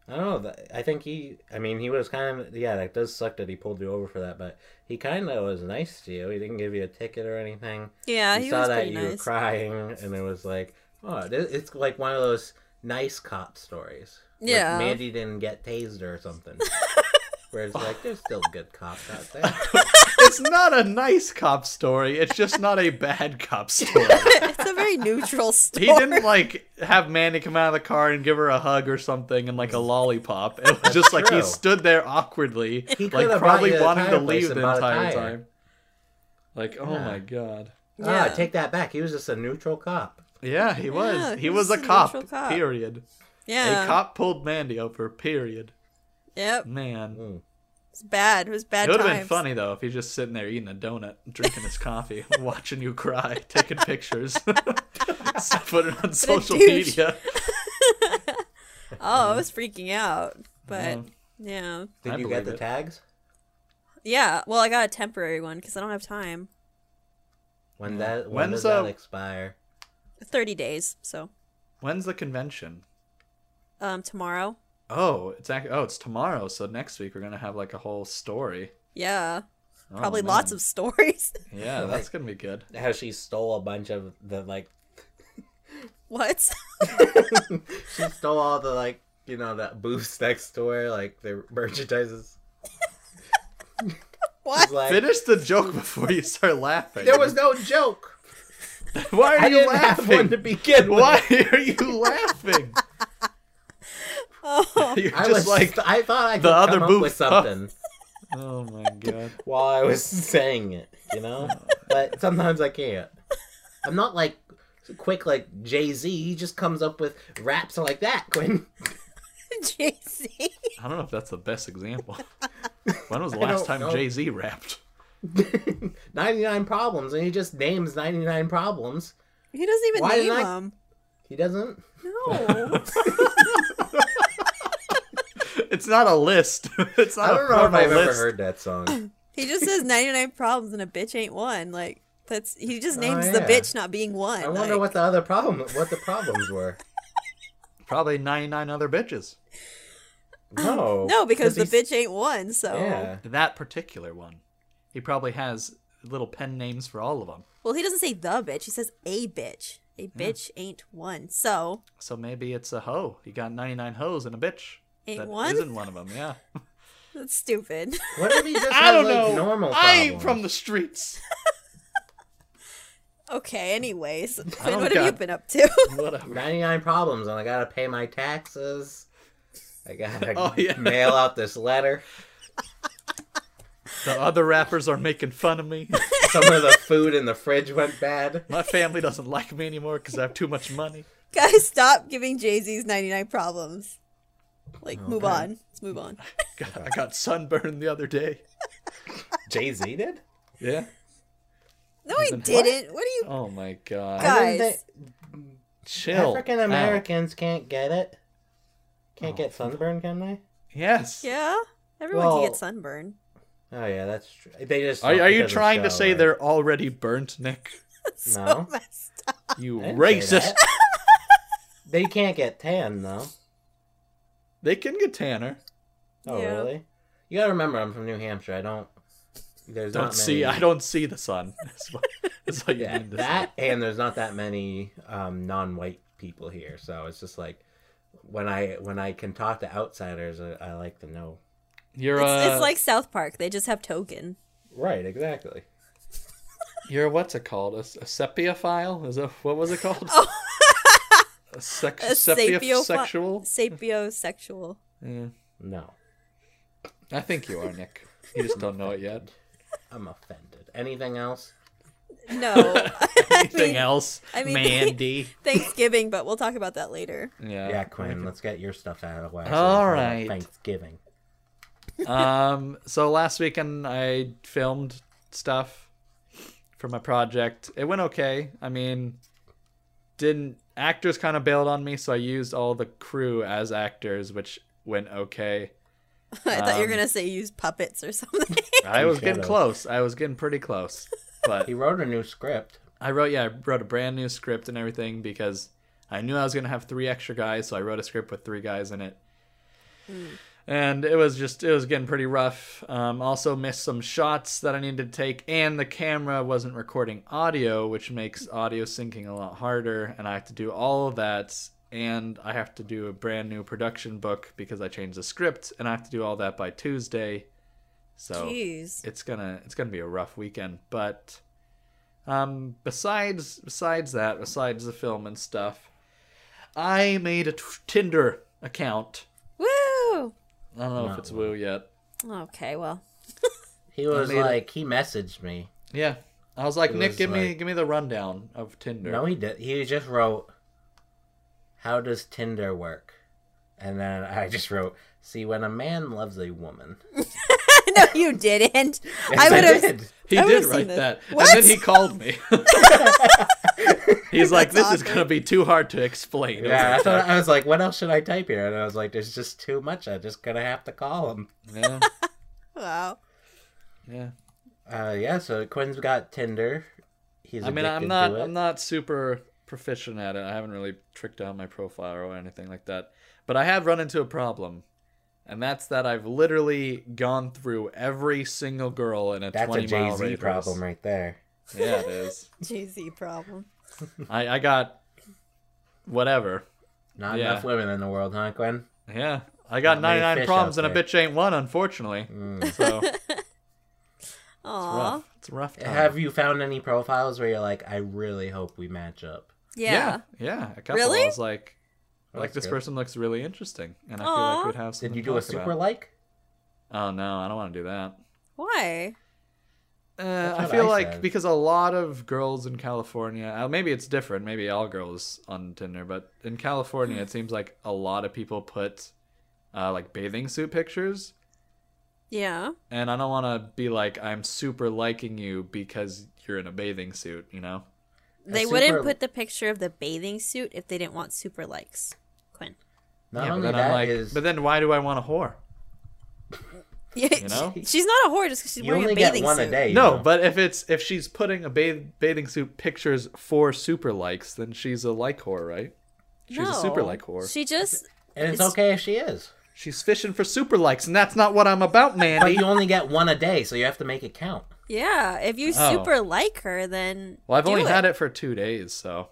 I don't know. th- I think he. I mean, he was kind of yeah. That does suck that he pulled you over for that, but he kind of was nice to you. He didn't give you a ticket or anything. Yeah, he, he saw was that pretty you were nice. crying, and it was like, oh, this, it's like one of those nice cop stories. where Yeah. Mandy didn't get tased or something. Where it's like, there's still good cops out there. Ah, it's not a nice cop story. It's just not a bad cop story. it's a very neutral He story. didn't like have Mandy come out of the car and give her a hug or something and like a lollipop. It was just like true. he stood there awkwardly, He like coulda bought you probably the wanting tire to place leave and the bought a entire tire. time. Like, oh Yeah. my god. Ah, Yeah. take that back. He was just a neutral cop. Yeah, he was. Yeah, he, he was, was a a cop, neutral cop. Period. yeah. A cop pulled Mandy over. Period. Yep. Man. Mm. It's bad. It was bad It would have times. been funny though if he's just sitting there eating a donut, drinking his coffee, watching you cry, taking pictures, put it on social douche. media. Oh, I was freaking out. But Um, yeah. Did I you get believe the it. tags? Yeah, well, I got a temporary one because I don't have time. When Yeah. that when does When's, that uh, expire? 30 days, so. When's the convention? Um, tomorrow. Oh, it's ac- oh, it's tomorrow. So next week we're gonna have like a whole story. Yeah. Oh, Probably man. lots of stories. Yeah, that's gonna be good. How she stole a bunch of the like what? she stole all the like you know that booths next to her, like the merchandises. what? Like, Finish the joke before you start laughing. there was no joke. Why are I you didn't have laughing? one to begin with. Why are you laughing? Oh, You're I just was like I thought I could the come other up booth with up. something Oh my god. while I was saying it, you know. but sometimes I can't. I'm not like quick like Jay Z. He just comes up with raps like that, Quinn. JC. I don't know if that's the best example. When was the I last don't time know. Jay Z rapped? 99 problems, and he just names 99 problems. He doesn't even Why name didn't I- him. He doesn't. No. It's not a list. It's not I don't a know if formal I've ever list. heard that song. he just says 99 problems and a bitch ain't one. Like, that's he just Oh, names the yeah. bitch not being one. I wonder like, what the other problem, what the problems were. Probably 99 other bitches. No, No, because the he's- bitch ain't one, so. Yeah, That particular one. He probably has little pen names for all of them. Well, he doesn't say the bitch. He says a bitch. A Hmm. bitch ain't one. So, So maybe it's a hoe. He got 99 hoes and a bitch. Ain't That one? isn't one of them, yeah. that's stupid. what if he just has like normal problems? the streets. okay, anyways. don't Quinn, what have you got- been up to? Whatever. 99 problems, and I gotta pay my taxes. I gotta Oh, yeah. mail out this letter. The other rappers are making fun of me. Some of the food in the fridge went bad. My family doesn't like me anymore because I have too much money. Guys, stop giving Jay Z's 99 problems. Like, move Okay. on. Let's move on. God, I got sunburned the other day. Jay Z did? Yeah. No, I Then what? didn't. What are you. Oh my god. God. I didn't Guys. thi- Chill. African Americans can't get it. Can't get sunburned, can they? out. Yes. Yeah? Everyone Well- can get sunburn. Oh yeah, that's true. They just Are, don't- are it you doesn't trying to show, say right? they're already burnt, Nick? So No. messed up. You I didn't say racist. that. they can't get tan though. They can get tanner. Oh Yeah. really? You gotta remember, I'm from New Hampshire. I don't. There's Don't not see. many- I don't see the sun. That's what, that's what you Yeah, mean to that and there's not that many um, non-white people here, so it's just like when I when I can talk to outsiders, I, I like to know. say. You're It's, uh, it's like South Park. They just have token. Right, exactly. you're what's it called? A, a sepia file? Is that what was it called? a sex, Oh. A sepia sapio- sexual? Sapiosexual. Yeah. No, I think you are, Nick. You just don't know it yet. I'm offended. Anything else? No. I Anything mean, else? I mean- Mandy. Thanksgiving, but we'll talk about that later. Yeah. yeah, Quinn, let's get your stuff out of the way. so we All can talk about right. Thanksgiving. um so last weekend i filmed stuff for my project it went okay i mean didn't actors kind of bailed on me so i used all the crew as actors which went okay I thought you were Um, gonna say use puppets or something. i You was getting should've. close i was getting pretty close but He wrote a new script. I wrote yeah, I wrote a brand new script and everything because I knew I was gonna have three extra guys, so I wrote a script with three guys in it. And it was just it was getting pretty rough. Um, also missed some shots that I needed to take, and the camera wasn't recording audio, which makes audio syncing a lot harder. And I have to do all of that, and I have to do a brand new production book because I changed the script, and I have to do all that by Tuesday. So Jeez. it's gonna it's gonna be a rough weekend but um besides besides that besides the film and stuff i made a t- tinder account Woo. i don't know if Not it's woo yet Okay, well. He was made it. like, he messaged me. yeah i was like It nick was give me like- give me the rundown of tinder No, he did. He just wrote, "How does Tinder work?" And then I just wrote, "See, when a man loves a woman." no, you didn't. I Yes, would have did. he I did would've seen write this. that What? and then he called me he's like this That's is gonna awkward. be too hard to explain Yeah, I thought I was like, "What else should I type here?" And I was like, "There's just too much. I'm just gonna have to call him." yeah Wow. yeah Uh, yeah. So Quinn's got Tinder. He's. I mean, I'm addicted not to it. I'm not super proficient at it. I haven't really tricked out my profile or anything like that. But I have run into a problem, and that's that I've literally gone through every single girl in a That's a 20 Jay mile Z radius. problem right there. Yeah, it is. Jay Z problem. I I got whatever. Not Yeah. enough women in the world, huh, Quinn? Yeah, I got Not many 99 fish problems out and a there. bitch ain't one, unfortunately. Mm. So it's Aw. rough. It's a rough. Time. Have you found any profiles where you're like, "I really hope we match up"? Yeah. yeah, yeah, A couple. Really? I was like, like this good. person looks really interesting, and I feel Aw. like we'd have. Did something you to do a talk super about. like? Oh no, I don't want to do that. Why? Uh, I what feel I like said. because a lot of girls in California, uh, maybe it's different, maybe all girls on Tinder, but in California, it seems like a lot of people put uh, like bathing suit pictures, Yeah. and I don't want to be like I'm super liking you because you're in a bathing suit, you know? They super- wouldn't put the picture of the bathing suit if they didn't want super likes. Quinn. Not yeah, only but then that I'm like, is- but then why do I want a whore? Yeah, You know? she- she's not a whore just because she's you wearing only a get bathing one suit. a day. you No, know. but if it's if she's putting a bath- bathing suit pictures for super likes, then she's a like whore, right? She's a super No. like whore. She just and it's, it's- okay if she is. She's fishing for super likes, and that's not what I'm about, But Mandy. you only get one a day, so you have to make it count. yeah. If you Oh. super like her, then well, I've do only it. had it for two days, so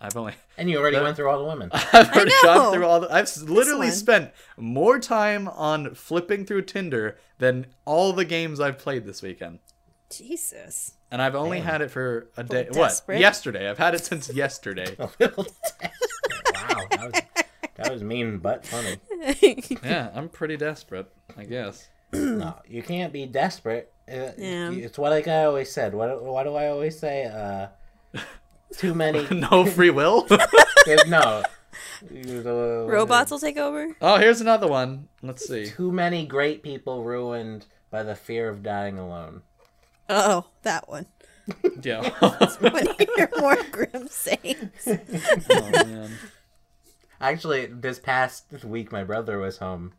I've only And you already The- went through all the women. I've already know. gone through all. The, I've s- literally one. spent more time on flipping through Tinder than all the games I've played this weekend, Jesus. and I've only had it for a day. What? desperate. Oh. Yesterday. I've had it since yesterday. A little test. wow, that was, that was mean but funny. yeah, I'm pretty desperate, I guess. No, you can't be desperate. Uh, Yeah. It's what like I always said. What what do I always say? Uh, too many. no free will. there's no. Robots. Robots will take over. Oh, here's another one. Let's see. Too many great people ruined by the fear of dying alone. Oh, that one. Yeah. When you hear more grim sayings. oh, man. Actually, this past week, my brother was home,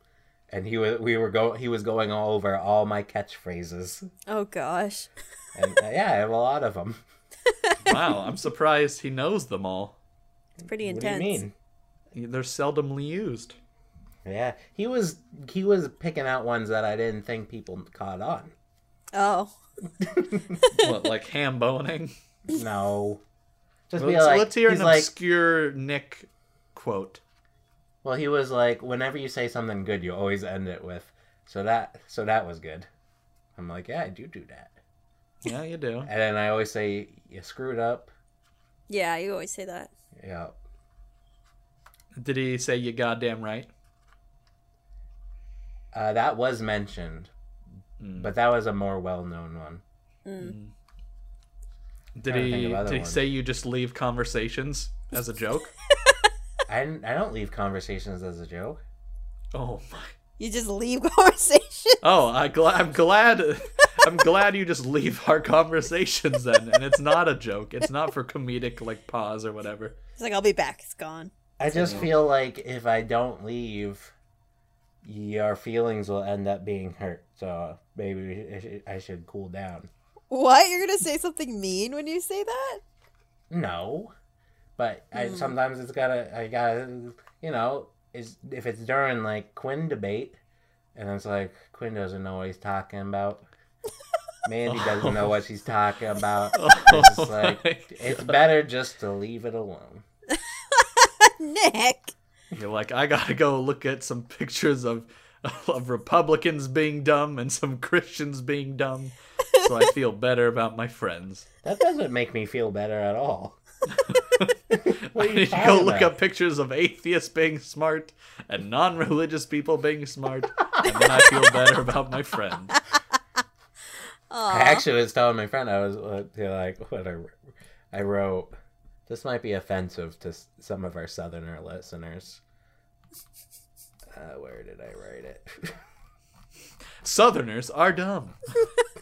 and he was we were go he was going all over all my catchphrases, Oh gosh. and uh, yeah, I have a lot of them. Wow, I'm surprised he knows them all. It's pretty What intense. do you mean? They're seldomly used. Yeah, he was he was picking out ones that I didn't think people caught on. Oh. What, like ham boning? No, just Let's, be like let's hear he's an like obscure Nick quote. well he was like whenever you say something good you always end it with so that so that was good. I'm like yeah I do do that, Yeah, you do. and then I always say you screwed up. Yeah, you always say that. Yeah, Did he say you goddamn right? uh, that was mentioned, Mm. but that was a more well known one. Did trying to think he of other did he ones. say you just leave conversations as a joke? I, didn't- I don't leave conversations as a joke. oh my. You just leave conversation. Oh, I gl- I'm glad I'm glad you just leave our conversations then and it's not a joke. It's not for comedic like pause or whatever. It's like I'll be back. It's gone. I just feel like if I don't leave, your feelings will end up being hurt. So maybe I should- I should cool down. What? You're gonna say something mean when you say that? No, but I, Hmm. sometimes it's gotta. I gotta. You know, is if it's during like Quinn debate, and it's like Quinn doesn't know what he's talking about. Mandy doesn't know what she's talking about. It's just like Oh my it's better just to leave it alone. Nick. You're like, I gotta go look at some pictures of of Republicans being dumb and some Christians being dumb, so I feel better about my friends. That doesn't make me feel better at all. I are you need to go talking look about? up pictures of atheists being smart and non-religious people being smart, and then I feel better about my friends. I actually was telling my friend I was uh, they're like what I, wr- I wrote. This might be offensive to s- some of our southerner listeners. Uh, where did I write it? Southerners are dumb.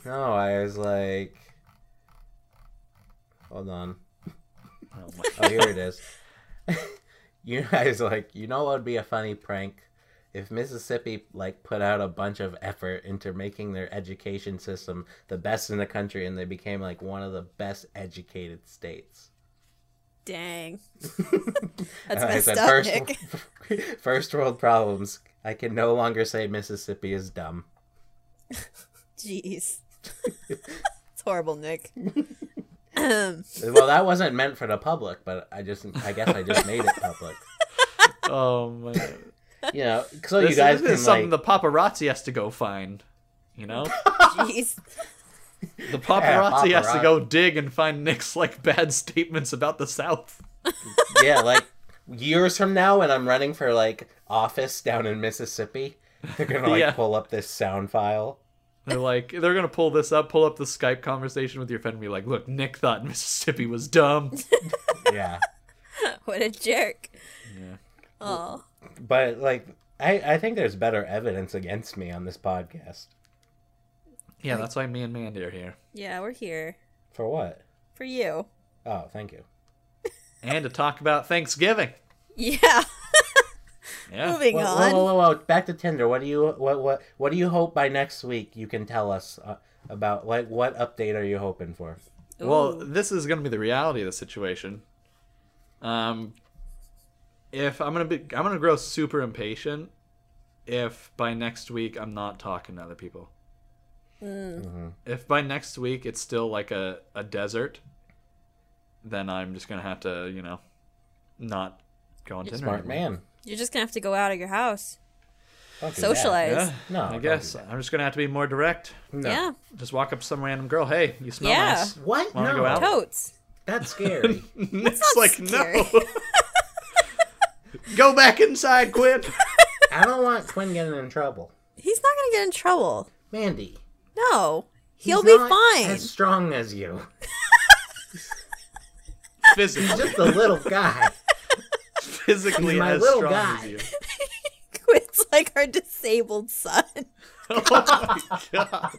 no, I was like, hold on. Oh my Oh, here it is. you guys like you know what would be a funny prank if Mississippi like put out a bunch of effort into making their education system the best in the country and they became like one of the best educated states. Dang. And That's I messed said, up, first, Nick. first world problems. I can no longer say Mississippi is dumb. Jeez. it's horrible, Nick. um, Well, that wasn't meant for the public, but I just I guess I just made it public. Oh man. You know, so This, you guys this is can like something the paparazzi has to go find. You know? jeez. The paparazzi has to paparazzi. go dig and find Nick's like bad statements about the South. yeah, like years from now when I'm running for like office down in Mississippi, they're gonna like Yeah. pull up this sound file. They're like, they're gonna pull this up, pull up the Skype conversation with your friend, and be like, "Look, Nick thought Mississippi was dumb." Yeah. what a jerk. Yeah. Oh. But like I, I think there's better evidence against me on this podcast. yeah, that's why me and Mandy are here, Yeah, we're here For what? for you. Oh, thank you. and to talk about Thanksgiving. Yeah. Yeah, Moving Whoa, on. whoa, whoa, whoa, whoa. Back to Tinder. What do you what what what do you hope by next week you can tell us uh, about? Like, what update are you hoping for? Well, Ooh. this is going to be the reality of the situation. Um, if I'm gonna be, I'm gonna grow super impatient. If by next week I'm not talking to other people. Mm. Mm-hmm. If by next week it's still like a, a desert, then I'm just gonna have to, you know, not go on Tinder. Smart anymore. man. You're just gonna have to go out of your house, Don't do that. socialize. Yeah, No, I don't guess do I'm just gonna have to be more direct. No. yeah. Just walk up to some random girl. Hey, you smell Yeah. nice. What? Wanna no. go out? Totes. That's scary. it's not like scary. no. Go back inside, Quinn. I don't want Quinn getting in trouble. He's not gonna get in trouble. Mandy. No. he's He'll be not fine. As strong as you. He's Physically, just a little guy. physically He's my as little strong guy. as you. It's like our disabled son. Oh my god.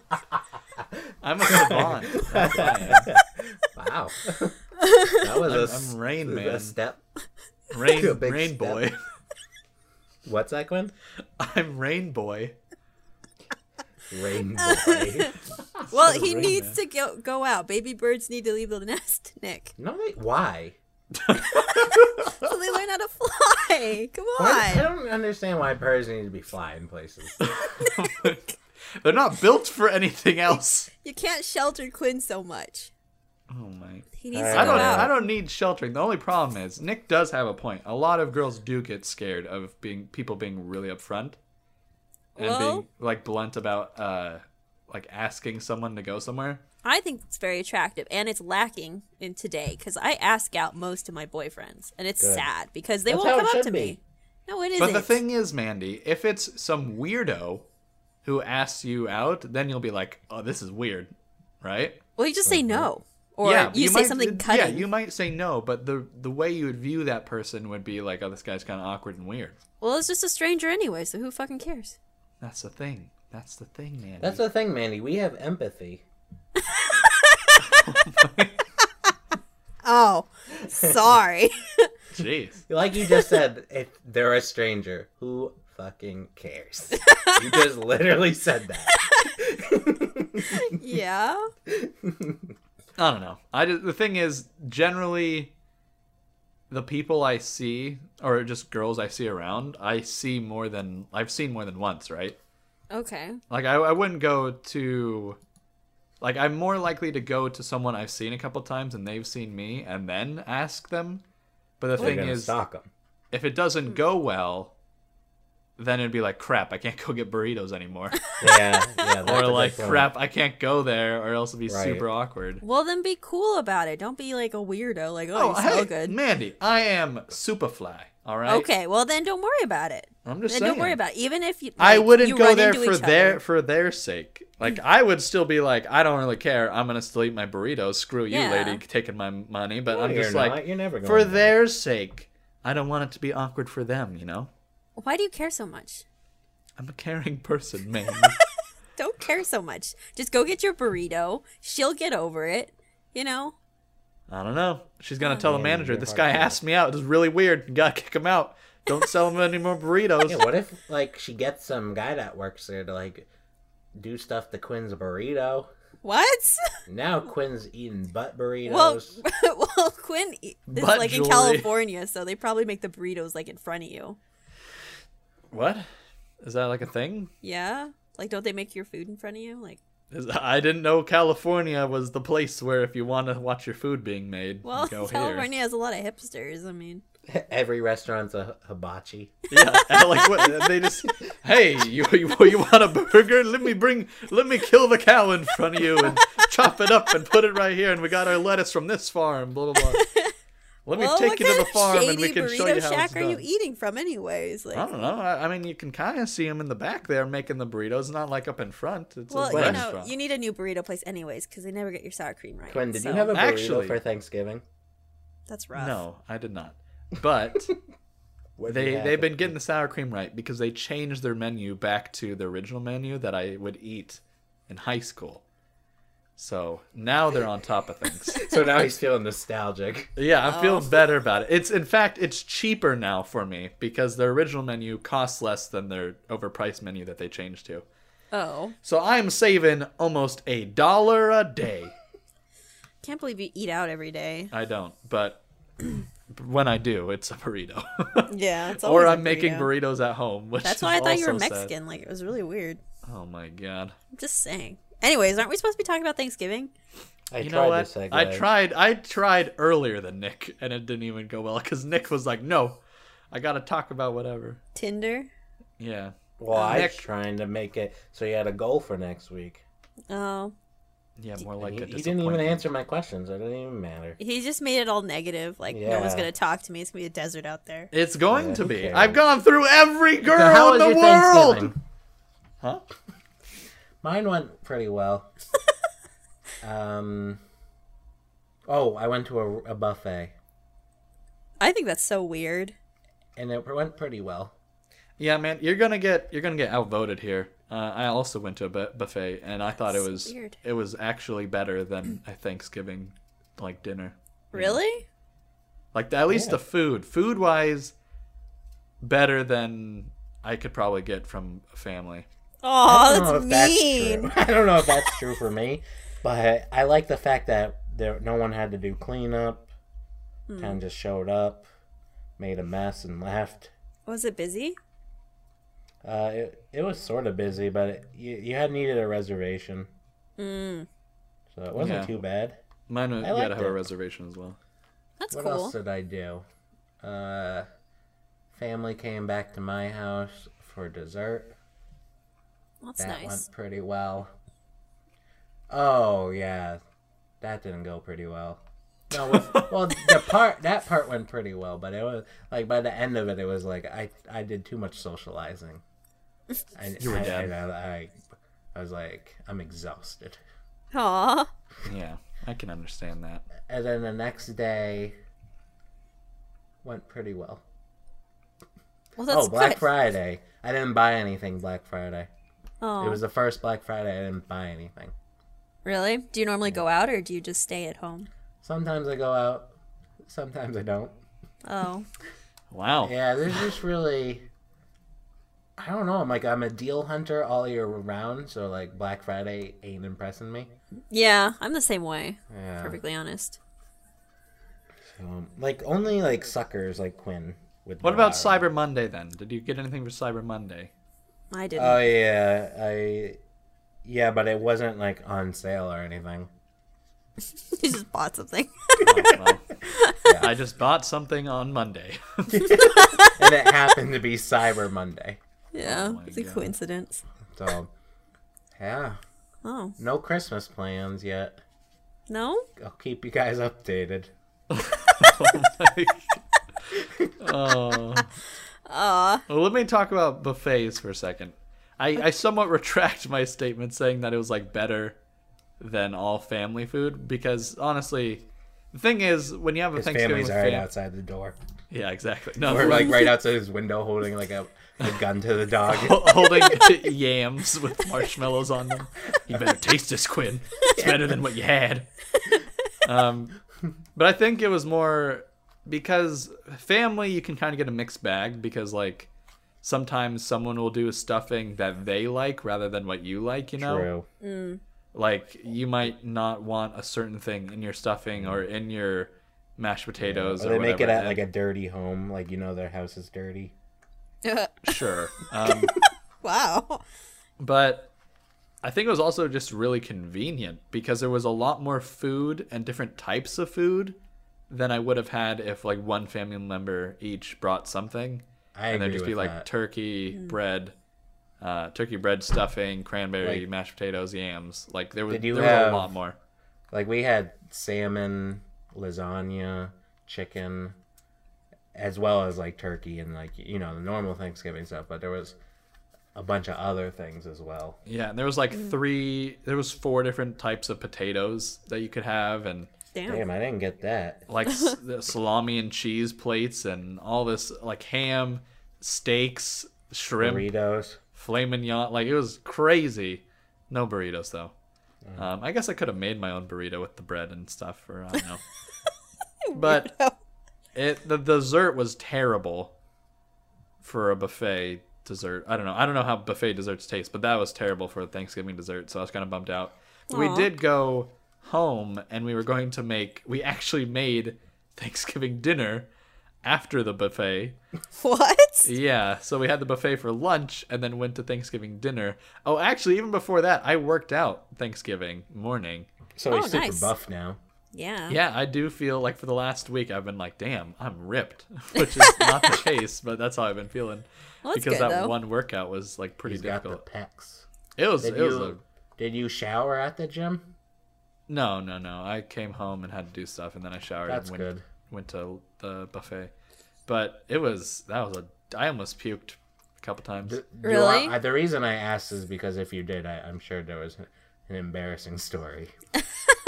I'm a savant. That's what I am. Wow. That was a s- I'm Rain a Man. step. Rain, A big rain step. boy. What's that, Quinn? I'm Rain boy. Rain boy. Well, he rain, needs man. to go go out. Baby birds need to leave the nest, Nick. no, wait, why? So they learn how to fly. Come Why- I on. don't understand why birds need to be flying places. They're not built for anything else. You can't shelter Quinn so much. Oh my. He needs to I I go don't. out. I don't need sheltering. The only problem is Nick does have a point. A lot of girls do get scared of being people being really upfront and being Well- like blunt about uh like asking someone to go somewhere. I think it's very attractive, and it's lacking in today because I ask out most of my boyfriends, and it's Good. sad because they That's how won't it come up should to be. me. No, it isn't. But the thing is, Mandy, if it's some weirdo who asks you out, then you'll be like, "Oh, this is weird," right? well, you just say no, or but you, say Mm-hmm. might- something Yeah, cutting. you might say no, but the the way you would view that person would be like, "Oh, this guy's kind of awkward and weird." Well, it's just a stranger anyway, so who fucking cares? That's the thing. That's the thing, Mandy. That's the thing, Mandy. We have empathy. Oh, sorry. Jeez. Like you just said, if they're a stranger, who fucking cares? You just literally said that. yeah. I don't know. I just, the thing is, generally, the people I see, or just girls I see around, I see more than I've seen more than once, right? Okay. Like I, I wouldn't go to, like I'm more likely to go to someone I've seen a couple times and they've seen me, and then ask them. But the They're thing gonna is, stalk 'em. if it doesn't go Hmm. well, then it'd be like crap. I can't go get burritos anymore, Yeah, yeah. that's a or good like point. crap. I can't go there, or else it'd be Right. super awkward. Well, then be cool about it. Don't be like a weirdo. Like, oh, you smell hey, good. Mandy, I am Superfly. All right. Okay. Well, then don't worry about it. I'm just Then saying. don't worry about it. Even if you, I like, wouldn't you go run there into for each other. their for their sake. Like I would still be like, I don't really care. I'm gonna still eat my burritos. Screw you, Yeah. lady, taking my money. But No, I'm you're just not. like, you're never going for there. their sake, I don't want it to be awkward for them. You know, Why do you care so much? I'm a caring person, man. Don't care so much. Just go get your burrito. She'll get over it. You know. I don't know. She's gonna tell the Yeah, manager you're this hard guy to- asked me out. It's really weird. You gotta kick him out. Don't sell him any more burritos. Yeah, what if like she gets some guy that works there to like do stuff to Quinn's burrito? What? Now Quinn's eating butt burritos. Well, well, Quinn e- is Butt like in jewelry. California, so they probably make the burritos like in front of you. what? Is that like a thing? Yeah. Like, don't they make your food in front of you? Like, Is- I didn't know California was the place where if you want to watch your food being made, well, go California has a lot of hipsters. I mean, Every restaurant's a hibachi. here. Yeah, like what they just hey, you you, you want a burger? Let me bring let me kill the cow in front of you and chop it up and put it right here and we got our lettuce from this farm, blah blah blah. Let me Well, take what you to kind the of farm and we shady can burrito show you how shack it's are you done. eating from, anyways? Like, I don't know. I, I mean, you can kind of see him in the back there making the burritos, not like up in front. It's well, a you restaurant. know, you need a new burrito place, anyways, because they never get your sour cream right. Quinn, did so you have a burrito Actually- for Thanksgiving? That's rough. No, I did not. But What did they you have? they've been getting the sour cream right because they changed their menu back to the original menu that I would eat in high school. So now they're on top of things. So now he's feeling nostalgic. Yeah, I'm Oh. feeling better about it. It's in fact it's cheaper now for me because their original menu costs less than their overpriced menu that they changed to. Oh, So I'm saving almost a dollar a day. can't believe you eat out every day. I don't, but when I do, it's a burrito. Yeah, it's or I'm making burritos at home, which That's is why I thought you were also sad. Mexican. Like, it was really weird. Oh my god. I'm just saying. Anyways, aren't we supposed to be talking about Thanksgiving? I you tried know what? to segue. I tried. I tried earlier than Nick, and it didn't even go well because Nick was like, "No, I gotta talk about whatever." Tinder. Yeah. Well, I was Nick- trying to make it so he had a goal for next week. Oh, Yeah, more Like like he, a he didn't even disappointment. answer my questions. It didn't even matter. he just made it all negative. Like, no one's Yeah. gonna talk to me. It's gonna be a desert out there. It's going Yeah, to who be. cares? I've gone through every girl So how in was the your world. Thanksgiving? Huh? Mine went pretty well. um. Oh, I went to a, a buffet, I think that's so weird. and it went pretty well. Yeah, man, you're gonna get you're gonna get outvoted here. Uh, I also went to a bu- buffet, and I thought That's it was weird. it was actually better than a Thanksgiving like dinner. Really? Like at least Yeah. the food, food wise, better than I could probably get from a family. Oh, I don't that's know mean. if that's true. I don't know if that's true for me, but I like the fact that there no one had to do cleanup. Kind of just showed up, made a mess, and left. Was it busy? Uh, it, it was sort of busy, but it, you, you had needed a reservation, Mm, so it wasn't Yeah. too bad. Mine was, you had to liked have it. a reservation as well. that's what cool. else did I do? Uh, family came back to my house for dessert. That's That nice. went pretty well. Oh yeah, that didn't go pretty well. No, well, well, the part that part went pretty well, but it was like by the end of it, it was like I I did too much socializing. I, You were I, dead. I, I, I was like I'm exhausted. Aw. Yeah, I can understand that. And then the next day went pretty well. Well, that's oh, Black good. Friday. I didn't buy anything Black Friday. Oh, It was the first Black Friday I didn't buy anything. really? Do you normally go out or do you just stay at home? Sometimes I go out, sometimes I don't. Oh, Wow. Yeah, there's just really I don't know, I'm like I'm a deal hunter all year round, so like Black Friday ain't impressing me. yeah. I'm the same way. Yeah. Perfectly honest. So, Um, like only like suckers like Quinn would What go about out. Cyber Monday then? Did you get anything for Cyber Monday? I didn't. Uh, Oh yeah, I yeah, but it wasn't like on sale or anything. you just bought something. Oh, well, I just bought something on Monday. And it happened to be Cyber Monday. yeah, Oh my it's a God. coincidence. So yeah, Oh no Christmas plans yet. no. I'll keep you guys updated. oh. Well, let me talk about buffets for a second. I, I somewhat retract my statement saying that it was like better than all family food because honestly, the thing is when you have a His Thanksgiving family's with right fam- outside the door. yeah exactly no Or like right outside his window holding like a, a gun to the dog. holding yams with marshmallows on them. You better taste this, Quinn. It's better than what you had. Um, but I think it was more because family, you can kind of get a mixed bag because, like, sometimes someone will do stuffing that they like rather than what you like, you know? True. Like, you might not want a certain thing in your stuffing or in your mashed potatoes Or they or make it whatever, at and- like a dirty home, like you know their house is dirty. sure. Um, wow. but I think it was also just really convenient because there was a lot more food and different types of food than I would have had if like one family member each brought something, I and agree there'd just with be like that. turkey bread, uh, turkey bread stuffing, cranberry, Like- mashed potatoes, yams. Like there was Did you there was have- a lot more. like we had salmon, lasagna, chicken, as well as like turkey and like you know the normal Thanksgiving stuff. But there was a bunch of other things as well. Yeah, and there was like three, there was four different types of potatoes that you could have, and Damn. Damn, I didn't get that. like s- the salami and cheese plates, and all this like ham, steaks, shrimp, Burritos. filet mignon. Like it was crazy. No burritos though. Um, I guess I could have made my own burrito with the bread and stuff, or I don't know. but it the dessert was terrible for a buffet dessert. I don't know. I don't know how buffet desserts taste, but that was terrible for a Thanksgiving dessert, so I was kind of bummed out. We Aw. did go home and we were going to make we actually made Thanksgiving dinner after the buffet. What? Yeah, so we had the buffet for lunch and then went to Thanksgiving dinner. Oh, actually even before that, I worked out Thanksgiving morning. So Oh, he's super nice. buff now. Yeah. Yeah, I do feel like for the last week I've been like, damn, I'm ripped, which is not the case, but that's how I've been feeling. Well, that's because good, that though. one workout was like pretty He's got the difficult. pecs. It was. Did It was you, a, did you shower at the gym? no, no, no. I came home and had to do stuff, and then I showered That's and went good. went to the buffet. But it was that was a. I almost puked a couple times. Do- do Really? I- the reason I asked is because if you did, I, I'm sure there was an embarrassing story.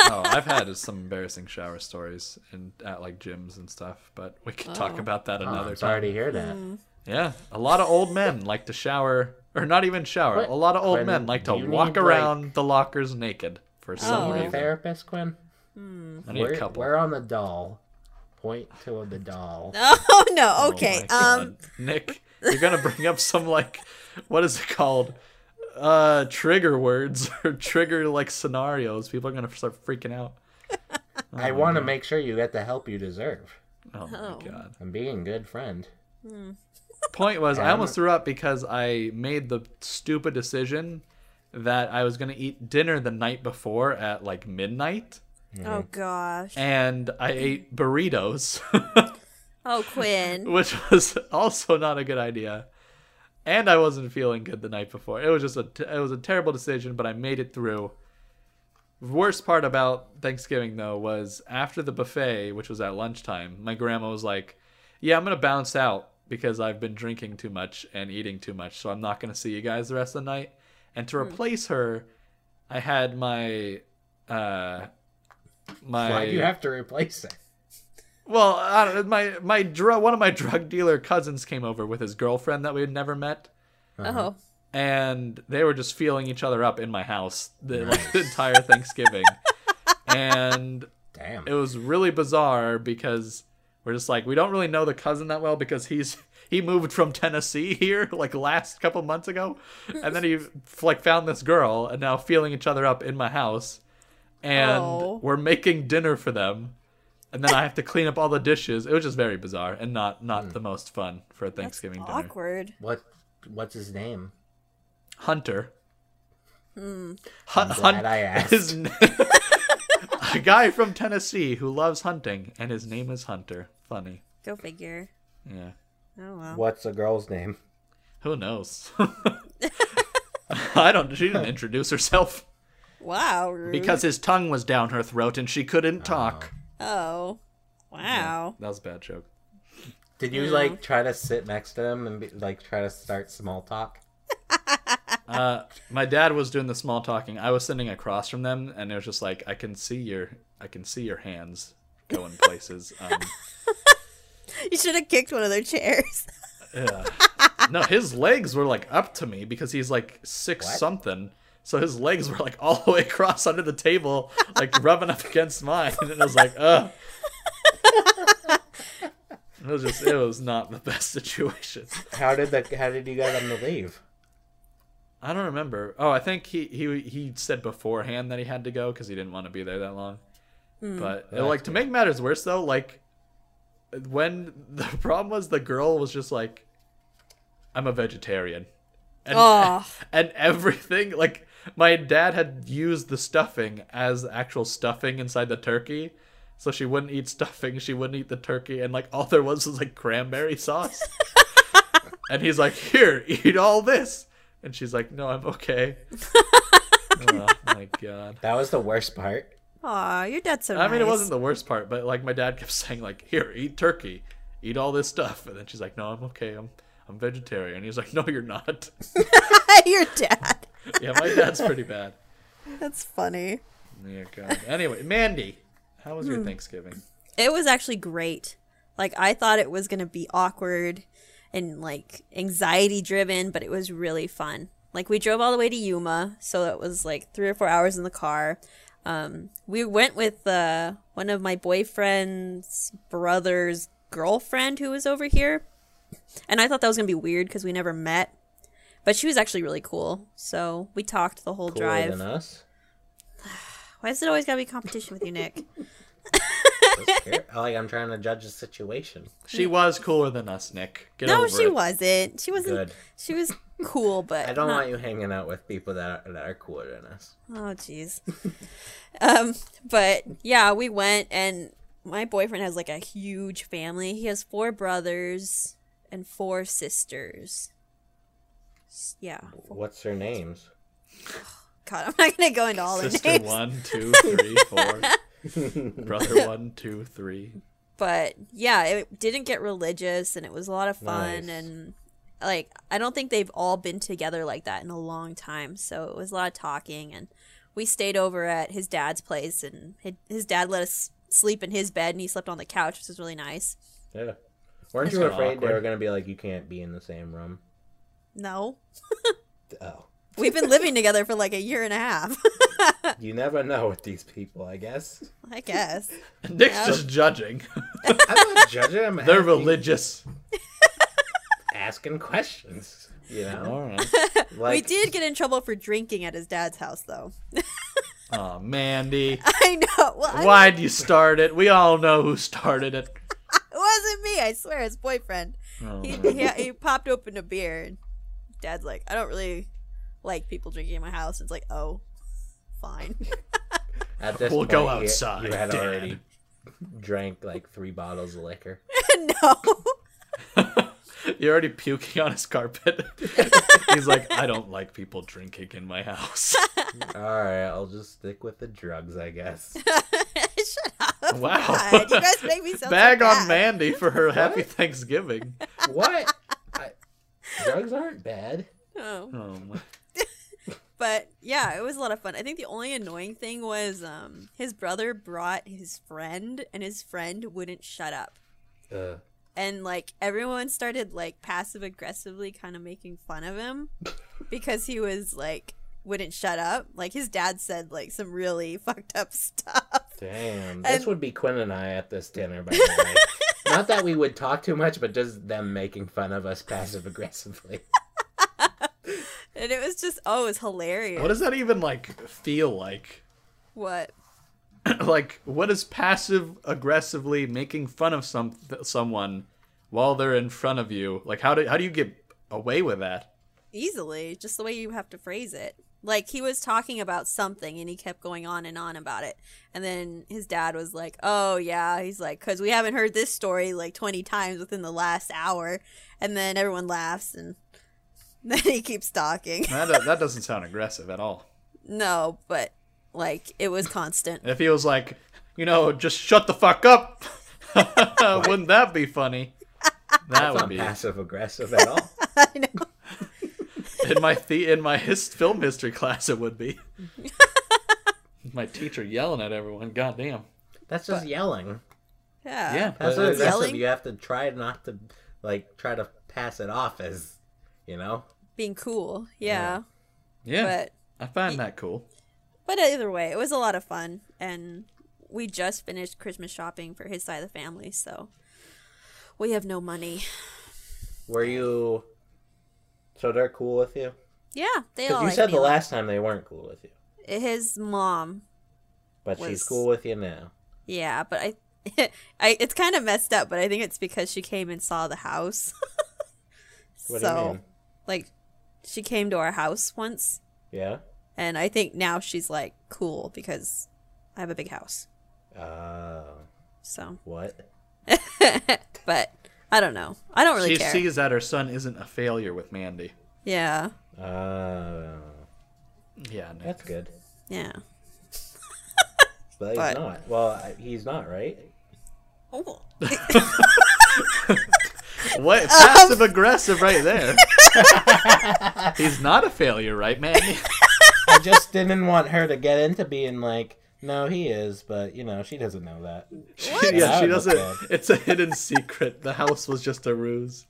oh, I've had some embarrassing shower stories and at like gyms and stuff, but we could talk about that Oh, another I'm time. sorry to hear that. Hmm. Yeah, a lot of old men like to shower, or not even shower. Quit- A lot of old Quinn, men like to you need walk a around the lockers naked for some Oh. Need a reason. therapist, Quinn? I need We're, a couple. we're on the doll. Point to the doll. Oh no. Oh Okay. my God. um. Nick, you're gonna bring up some like, what is it called? Uh, trigger words or trigger like scenarios. People are gonna start freaking out. I want to make sure you get the help you deserve. Oh Oh. my god. I'm being good friend. Point was, I Um, almost threw up because I made the stupid decision that I was gonna eat dinner the night before at like midnight, Oh gosh. and I ate burritos. Oh Quinn. which was also not a good idea. And I wasn't feeling good the night before. It was just a t- it was a terrible decision, but I made it through. Worst part about Thanksgiving though was after the buffet, which was at lunchtime, my grandma was like, "Yeah, I'm going to bounce out because I've been drinking too much and eating too much, so I'm not going to see you guys the rest of the night." And to replace her, I had my uh my Why do you have to replace it? well, I don't know, my my drug one of my drug dealer cousins came over with his girlfriend that we had never met, Uh-huh. Oh. and they were just feeling each other up in my house the, like, the entire Thanksgiving, and Damn. it was really bizarre because we're just like we don't really know the cousin that well because he's he moved from Tennessee here like last couple months ago, and then he like found this girl and now feeling each other up in my house, and Oh. we're making dinner for them, and then I have to clean up all the dishes. It was just very bizarre and not not the most fun for a Thanksgiving dinner. Awkward. What? What's his name? Hunter. Hmm. Hun- glad Hun- I asked. his n- a guy from Tennessee who loves hunting, and his name is Hunter. Funny. Go figure. Yeah. Oh well. What's the girl's name? Who knows? I don't. She didn't introduce herself Wow. Rude. because his tongue was down her throat and she couldn't talk. Oh. Wow. That was a bad joke. Did you like try to sit next to him and be, like try to start small talk? Uh, my dad was doing the small talking. I was sitting across from them, and it was just like I can see your, I can see your hands going places. Um, You should have kicked one of their chairs. No, his legs were like up to me because he's like six What? something. So his legs were like all the way across under the table, like rubbing up against mine, and I was like, ugh. it was just, it was not the best situation. How did the How did you get them to leave? I don't remember. Oh, I think he he he said beforehand that he had to go because he didn't want to be there that long. But Hmm. Well, like that's to make matters worse though, like when the problem was the girl was just like, "I'm a vegetarian," and Oh. and everything like my dad had used the stuffing as actual stuffing inside the turkey. So she wouldn't eat stuffing, she wouldn't eat the turkey, and like all there was was like cranberry sauce. And he's like, "Here, eat all this." And she's like, "No, I'm okay." oh my god. That was the worst part. Aw, your dad's so I mean, it nice. wasn't the worst part, but like my dad kept saying, like, "Here, eat turkey, eat all this stuff," and then she's like, "No, I'm okay. I'm I'm vegetarian." He's like, "No, you're not." your dad. yeah, my dad's pretty bad. That's funny. Yeah, God. Anyway, Mandy, how Hmm. was your Thanksgiving? It was actually great. Like I thought it was gonna be awkward and like anxiety driven, but it was really fun. Like we drove all the way to Yuma, so it was like three or four hours in the car. Um, we went with uh, one of my boyfriend's brother's girlfriend who was over here, and I thought that was gonna be weird because we never met. But she was actually really cool, so we talked the whole Cooler drive. than uh, us. Why is it always gotta be competition with you, Nick? That's fair. like oh, I'm trying to judge the situation. She was cooler than us, Nick. Get no, over she it. wasn't. She wasn't. Good. She was cool, but I don't not- want you hanging out with people that are, that are cooler than us. Oh, jeez. um, but yeah, we went, and my boyfriend has like a huge family. He has four brothers and four sisters. S- Yeah. What's their names? God, I'm not gonna go into all the Sister names, one, two, three, four. Brother one, two, three. but yeah, it didn't get religious, and it was a lot of fun, Nice. and like I don't think they've all been together like that in a long time, so it was a lot of talking, and we stayed over at his dad's place, and hi- his dad let us sleep in his bed, and he slept on the couch, which was really nice. Yeah. Weren't That's you kinda afraid they awkward. were gonna be like, you can't be in the same room? No. Oh, We've been living together for like a year and a half, you never know with these people, I guess. I guess. Nick's Yeah. just judging. I'm not judging. I'm They're asking- religious. asking questions. You know, All right. like we did get in trouble for drinking at his dad's house, though. Oh, Mandy. I know. Well, I- Why'd you start it? We all know who started it. it wasn't me. I swear, his boyfriend. Oh, He, man. he, he popped open a beer, and dad's like, I don't really like people drinking in my house. It's like, oh, fine. at this We'll point, go you- outside, You, had Dad. already drank like three bottles of liquor. no. You're already puking on his carpet. He's like, I don't like people drinking in my house. All right, I'll just stick with the drugs, I guess. Shut up. Wow. God, you guys make me sound so Bag on bad. Mandy for her happy Thanksgiving. what? I, drugs aren't bad. Oh. Oh, my. but yeah, it was a lot of fun. I think the only annoying thing was um, his brother brought his friend, and his friend wouldn't shut up. Uh, And like everyone started like passive aggressively kind of making fun of him because he was like wouldn't shut up. Like his dad said like some really fucked up stuff. damn, this And- would be Quinn and I at this dinner, by the way. Not that we would talk too much, but just them making fun of us passive aggressively. And it was just oh, it was hilarious. What does that even like feel like? what? like, what is passive aggressively making fun of some someone while they're in front of you? Like, how do how do you get away with that? easily just the way you have to phrase it like he was talking about something and he kept going on and on about it and then his dad was like oh yeah he's like because we haven't heard this story like 20 times within the last hour and then everyone laughs and then he keeps talking That do- that doesn't sound aggressive at all. no but like it was constant It feels like, you know, just shut the fuck up. Wouldn't that be funny? That That's would not be passive aggressive at all. i know in my the in my his film history class. It would be my teacher yelling at everyone. Goddamn. That's just yelling. yeah Yeah, Passive but- aggressive, Yelling? you have to try not to, like, try to pass it off as, you know? being cool yeah, yeah. but I find that cool. but either way it was a lot of fun and we just finished christmas shopping for his side of the family so we have no money Were you. So they're cool with you? Yeah, they Because you all. like said me the a lot. Eh, last time they weren't cool with you. His mom. But Was- she's cool with you now. Yeah, but I, I it's kind of messed up, but I think it's because she came and saw the house. What so, do you mean? like, she came to our house once, Yeah? and I think now she's like cool because I have a big house. Uh, So, what? but I don't know. I don't really she care. sees that her son isn't a failure with Mandy. Yeah, Uh, Yeah, Nick. that's good. yeah. But he's But- not. Well, I- he's not, right? Oh. What passive aggressive right there. He's not a failure, right, Manny? I just didn't want her to get into being like, no, he is, but you know, she doesn't know that. She, Yeah, yeah, she that would look doesn't. It's a hidden secret. The house was just a ruse.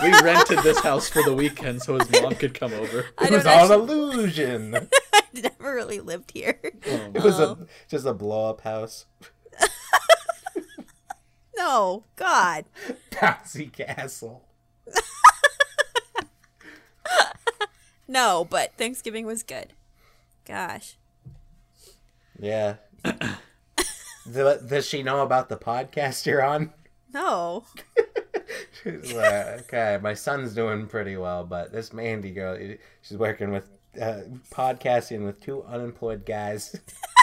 We rented this house for the weekend so his mom could come over. I It was don't all actually, an illusion. I never really lived here. Oh, It was Oh. a just a blow up house. No, God. Bouncy castle. No, but Thanksgiving was good. Gosh. Yeah. Th- Does she know about the podcast you're on? No. She's like, okay, my son's doing pretty well, but this Mandy girl, eh, she's working with uh, podcasting with two unemployed guys.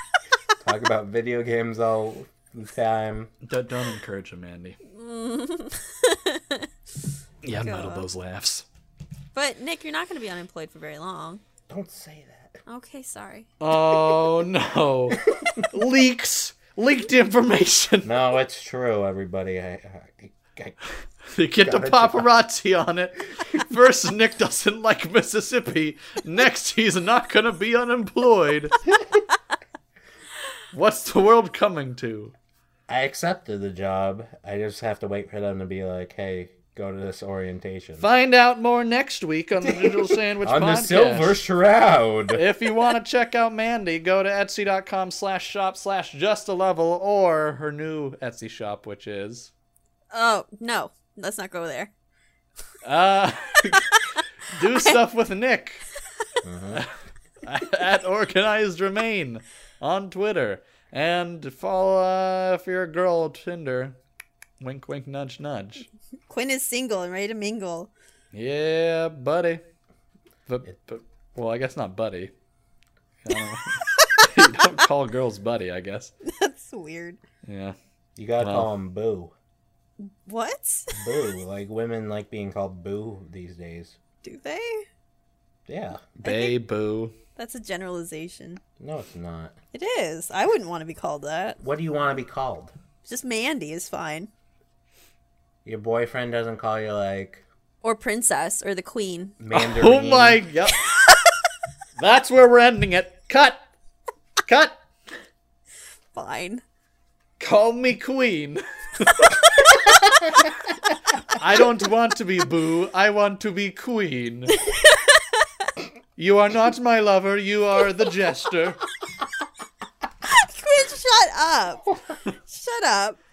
Talk about video games all the time. Don't, don't encourage him, Mandy. Yeah, I'm out of God. those laughs. But Nick, you're not going to be unemployed for very long. Don't say that. Okay, sorry. Oh no! Leaks, leaked information. No, it's true, everybody. I, I, I, They get the paparazzi on it. First, Nick doesn't like Mississippi. Next, he's not gonna be unemployed. What's the world coming to? I accepted the job. I just have to wait for them to be like, hey, go to this orientation. Find out more next week on the Digital Sandwich On the Podcast. silver shroud. if you want to check out Mandy, go to etsy.com slash shop slash just a level or her new Etsy shop, which is Oh, no. Let's not go there. uh, do stuff with Nick at organized remain on Twitter and follow uh, if you're a girl Tinder. Wink, wink, nudge, nudge. Quinn is single and ready to mingle. Yeah, buddy. But, but well, I guess not buddy. I don't- you don't call girls buddy, I guess. That's weird. Yeah. You gotta Well. call them boo. What? Boo. Like, women like being called boo these days. Do they? Yeah. Bay boo. That's a generalization. No, it's not. It is. I wouldn't want to be called that. What do you want to be called? Just Mandy is fine. Your boyfriend doesn't call you like Or Princess or the Queen. Mandarin. Oh my god. That's where we're ending it. Cut. Cut. Fine. Call me queen. I don't want to be boo. I want to be queen. You are not my lover. You are the jester. Quinn, shut up. shut up.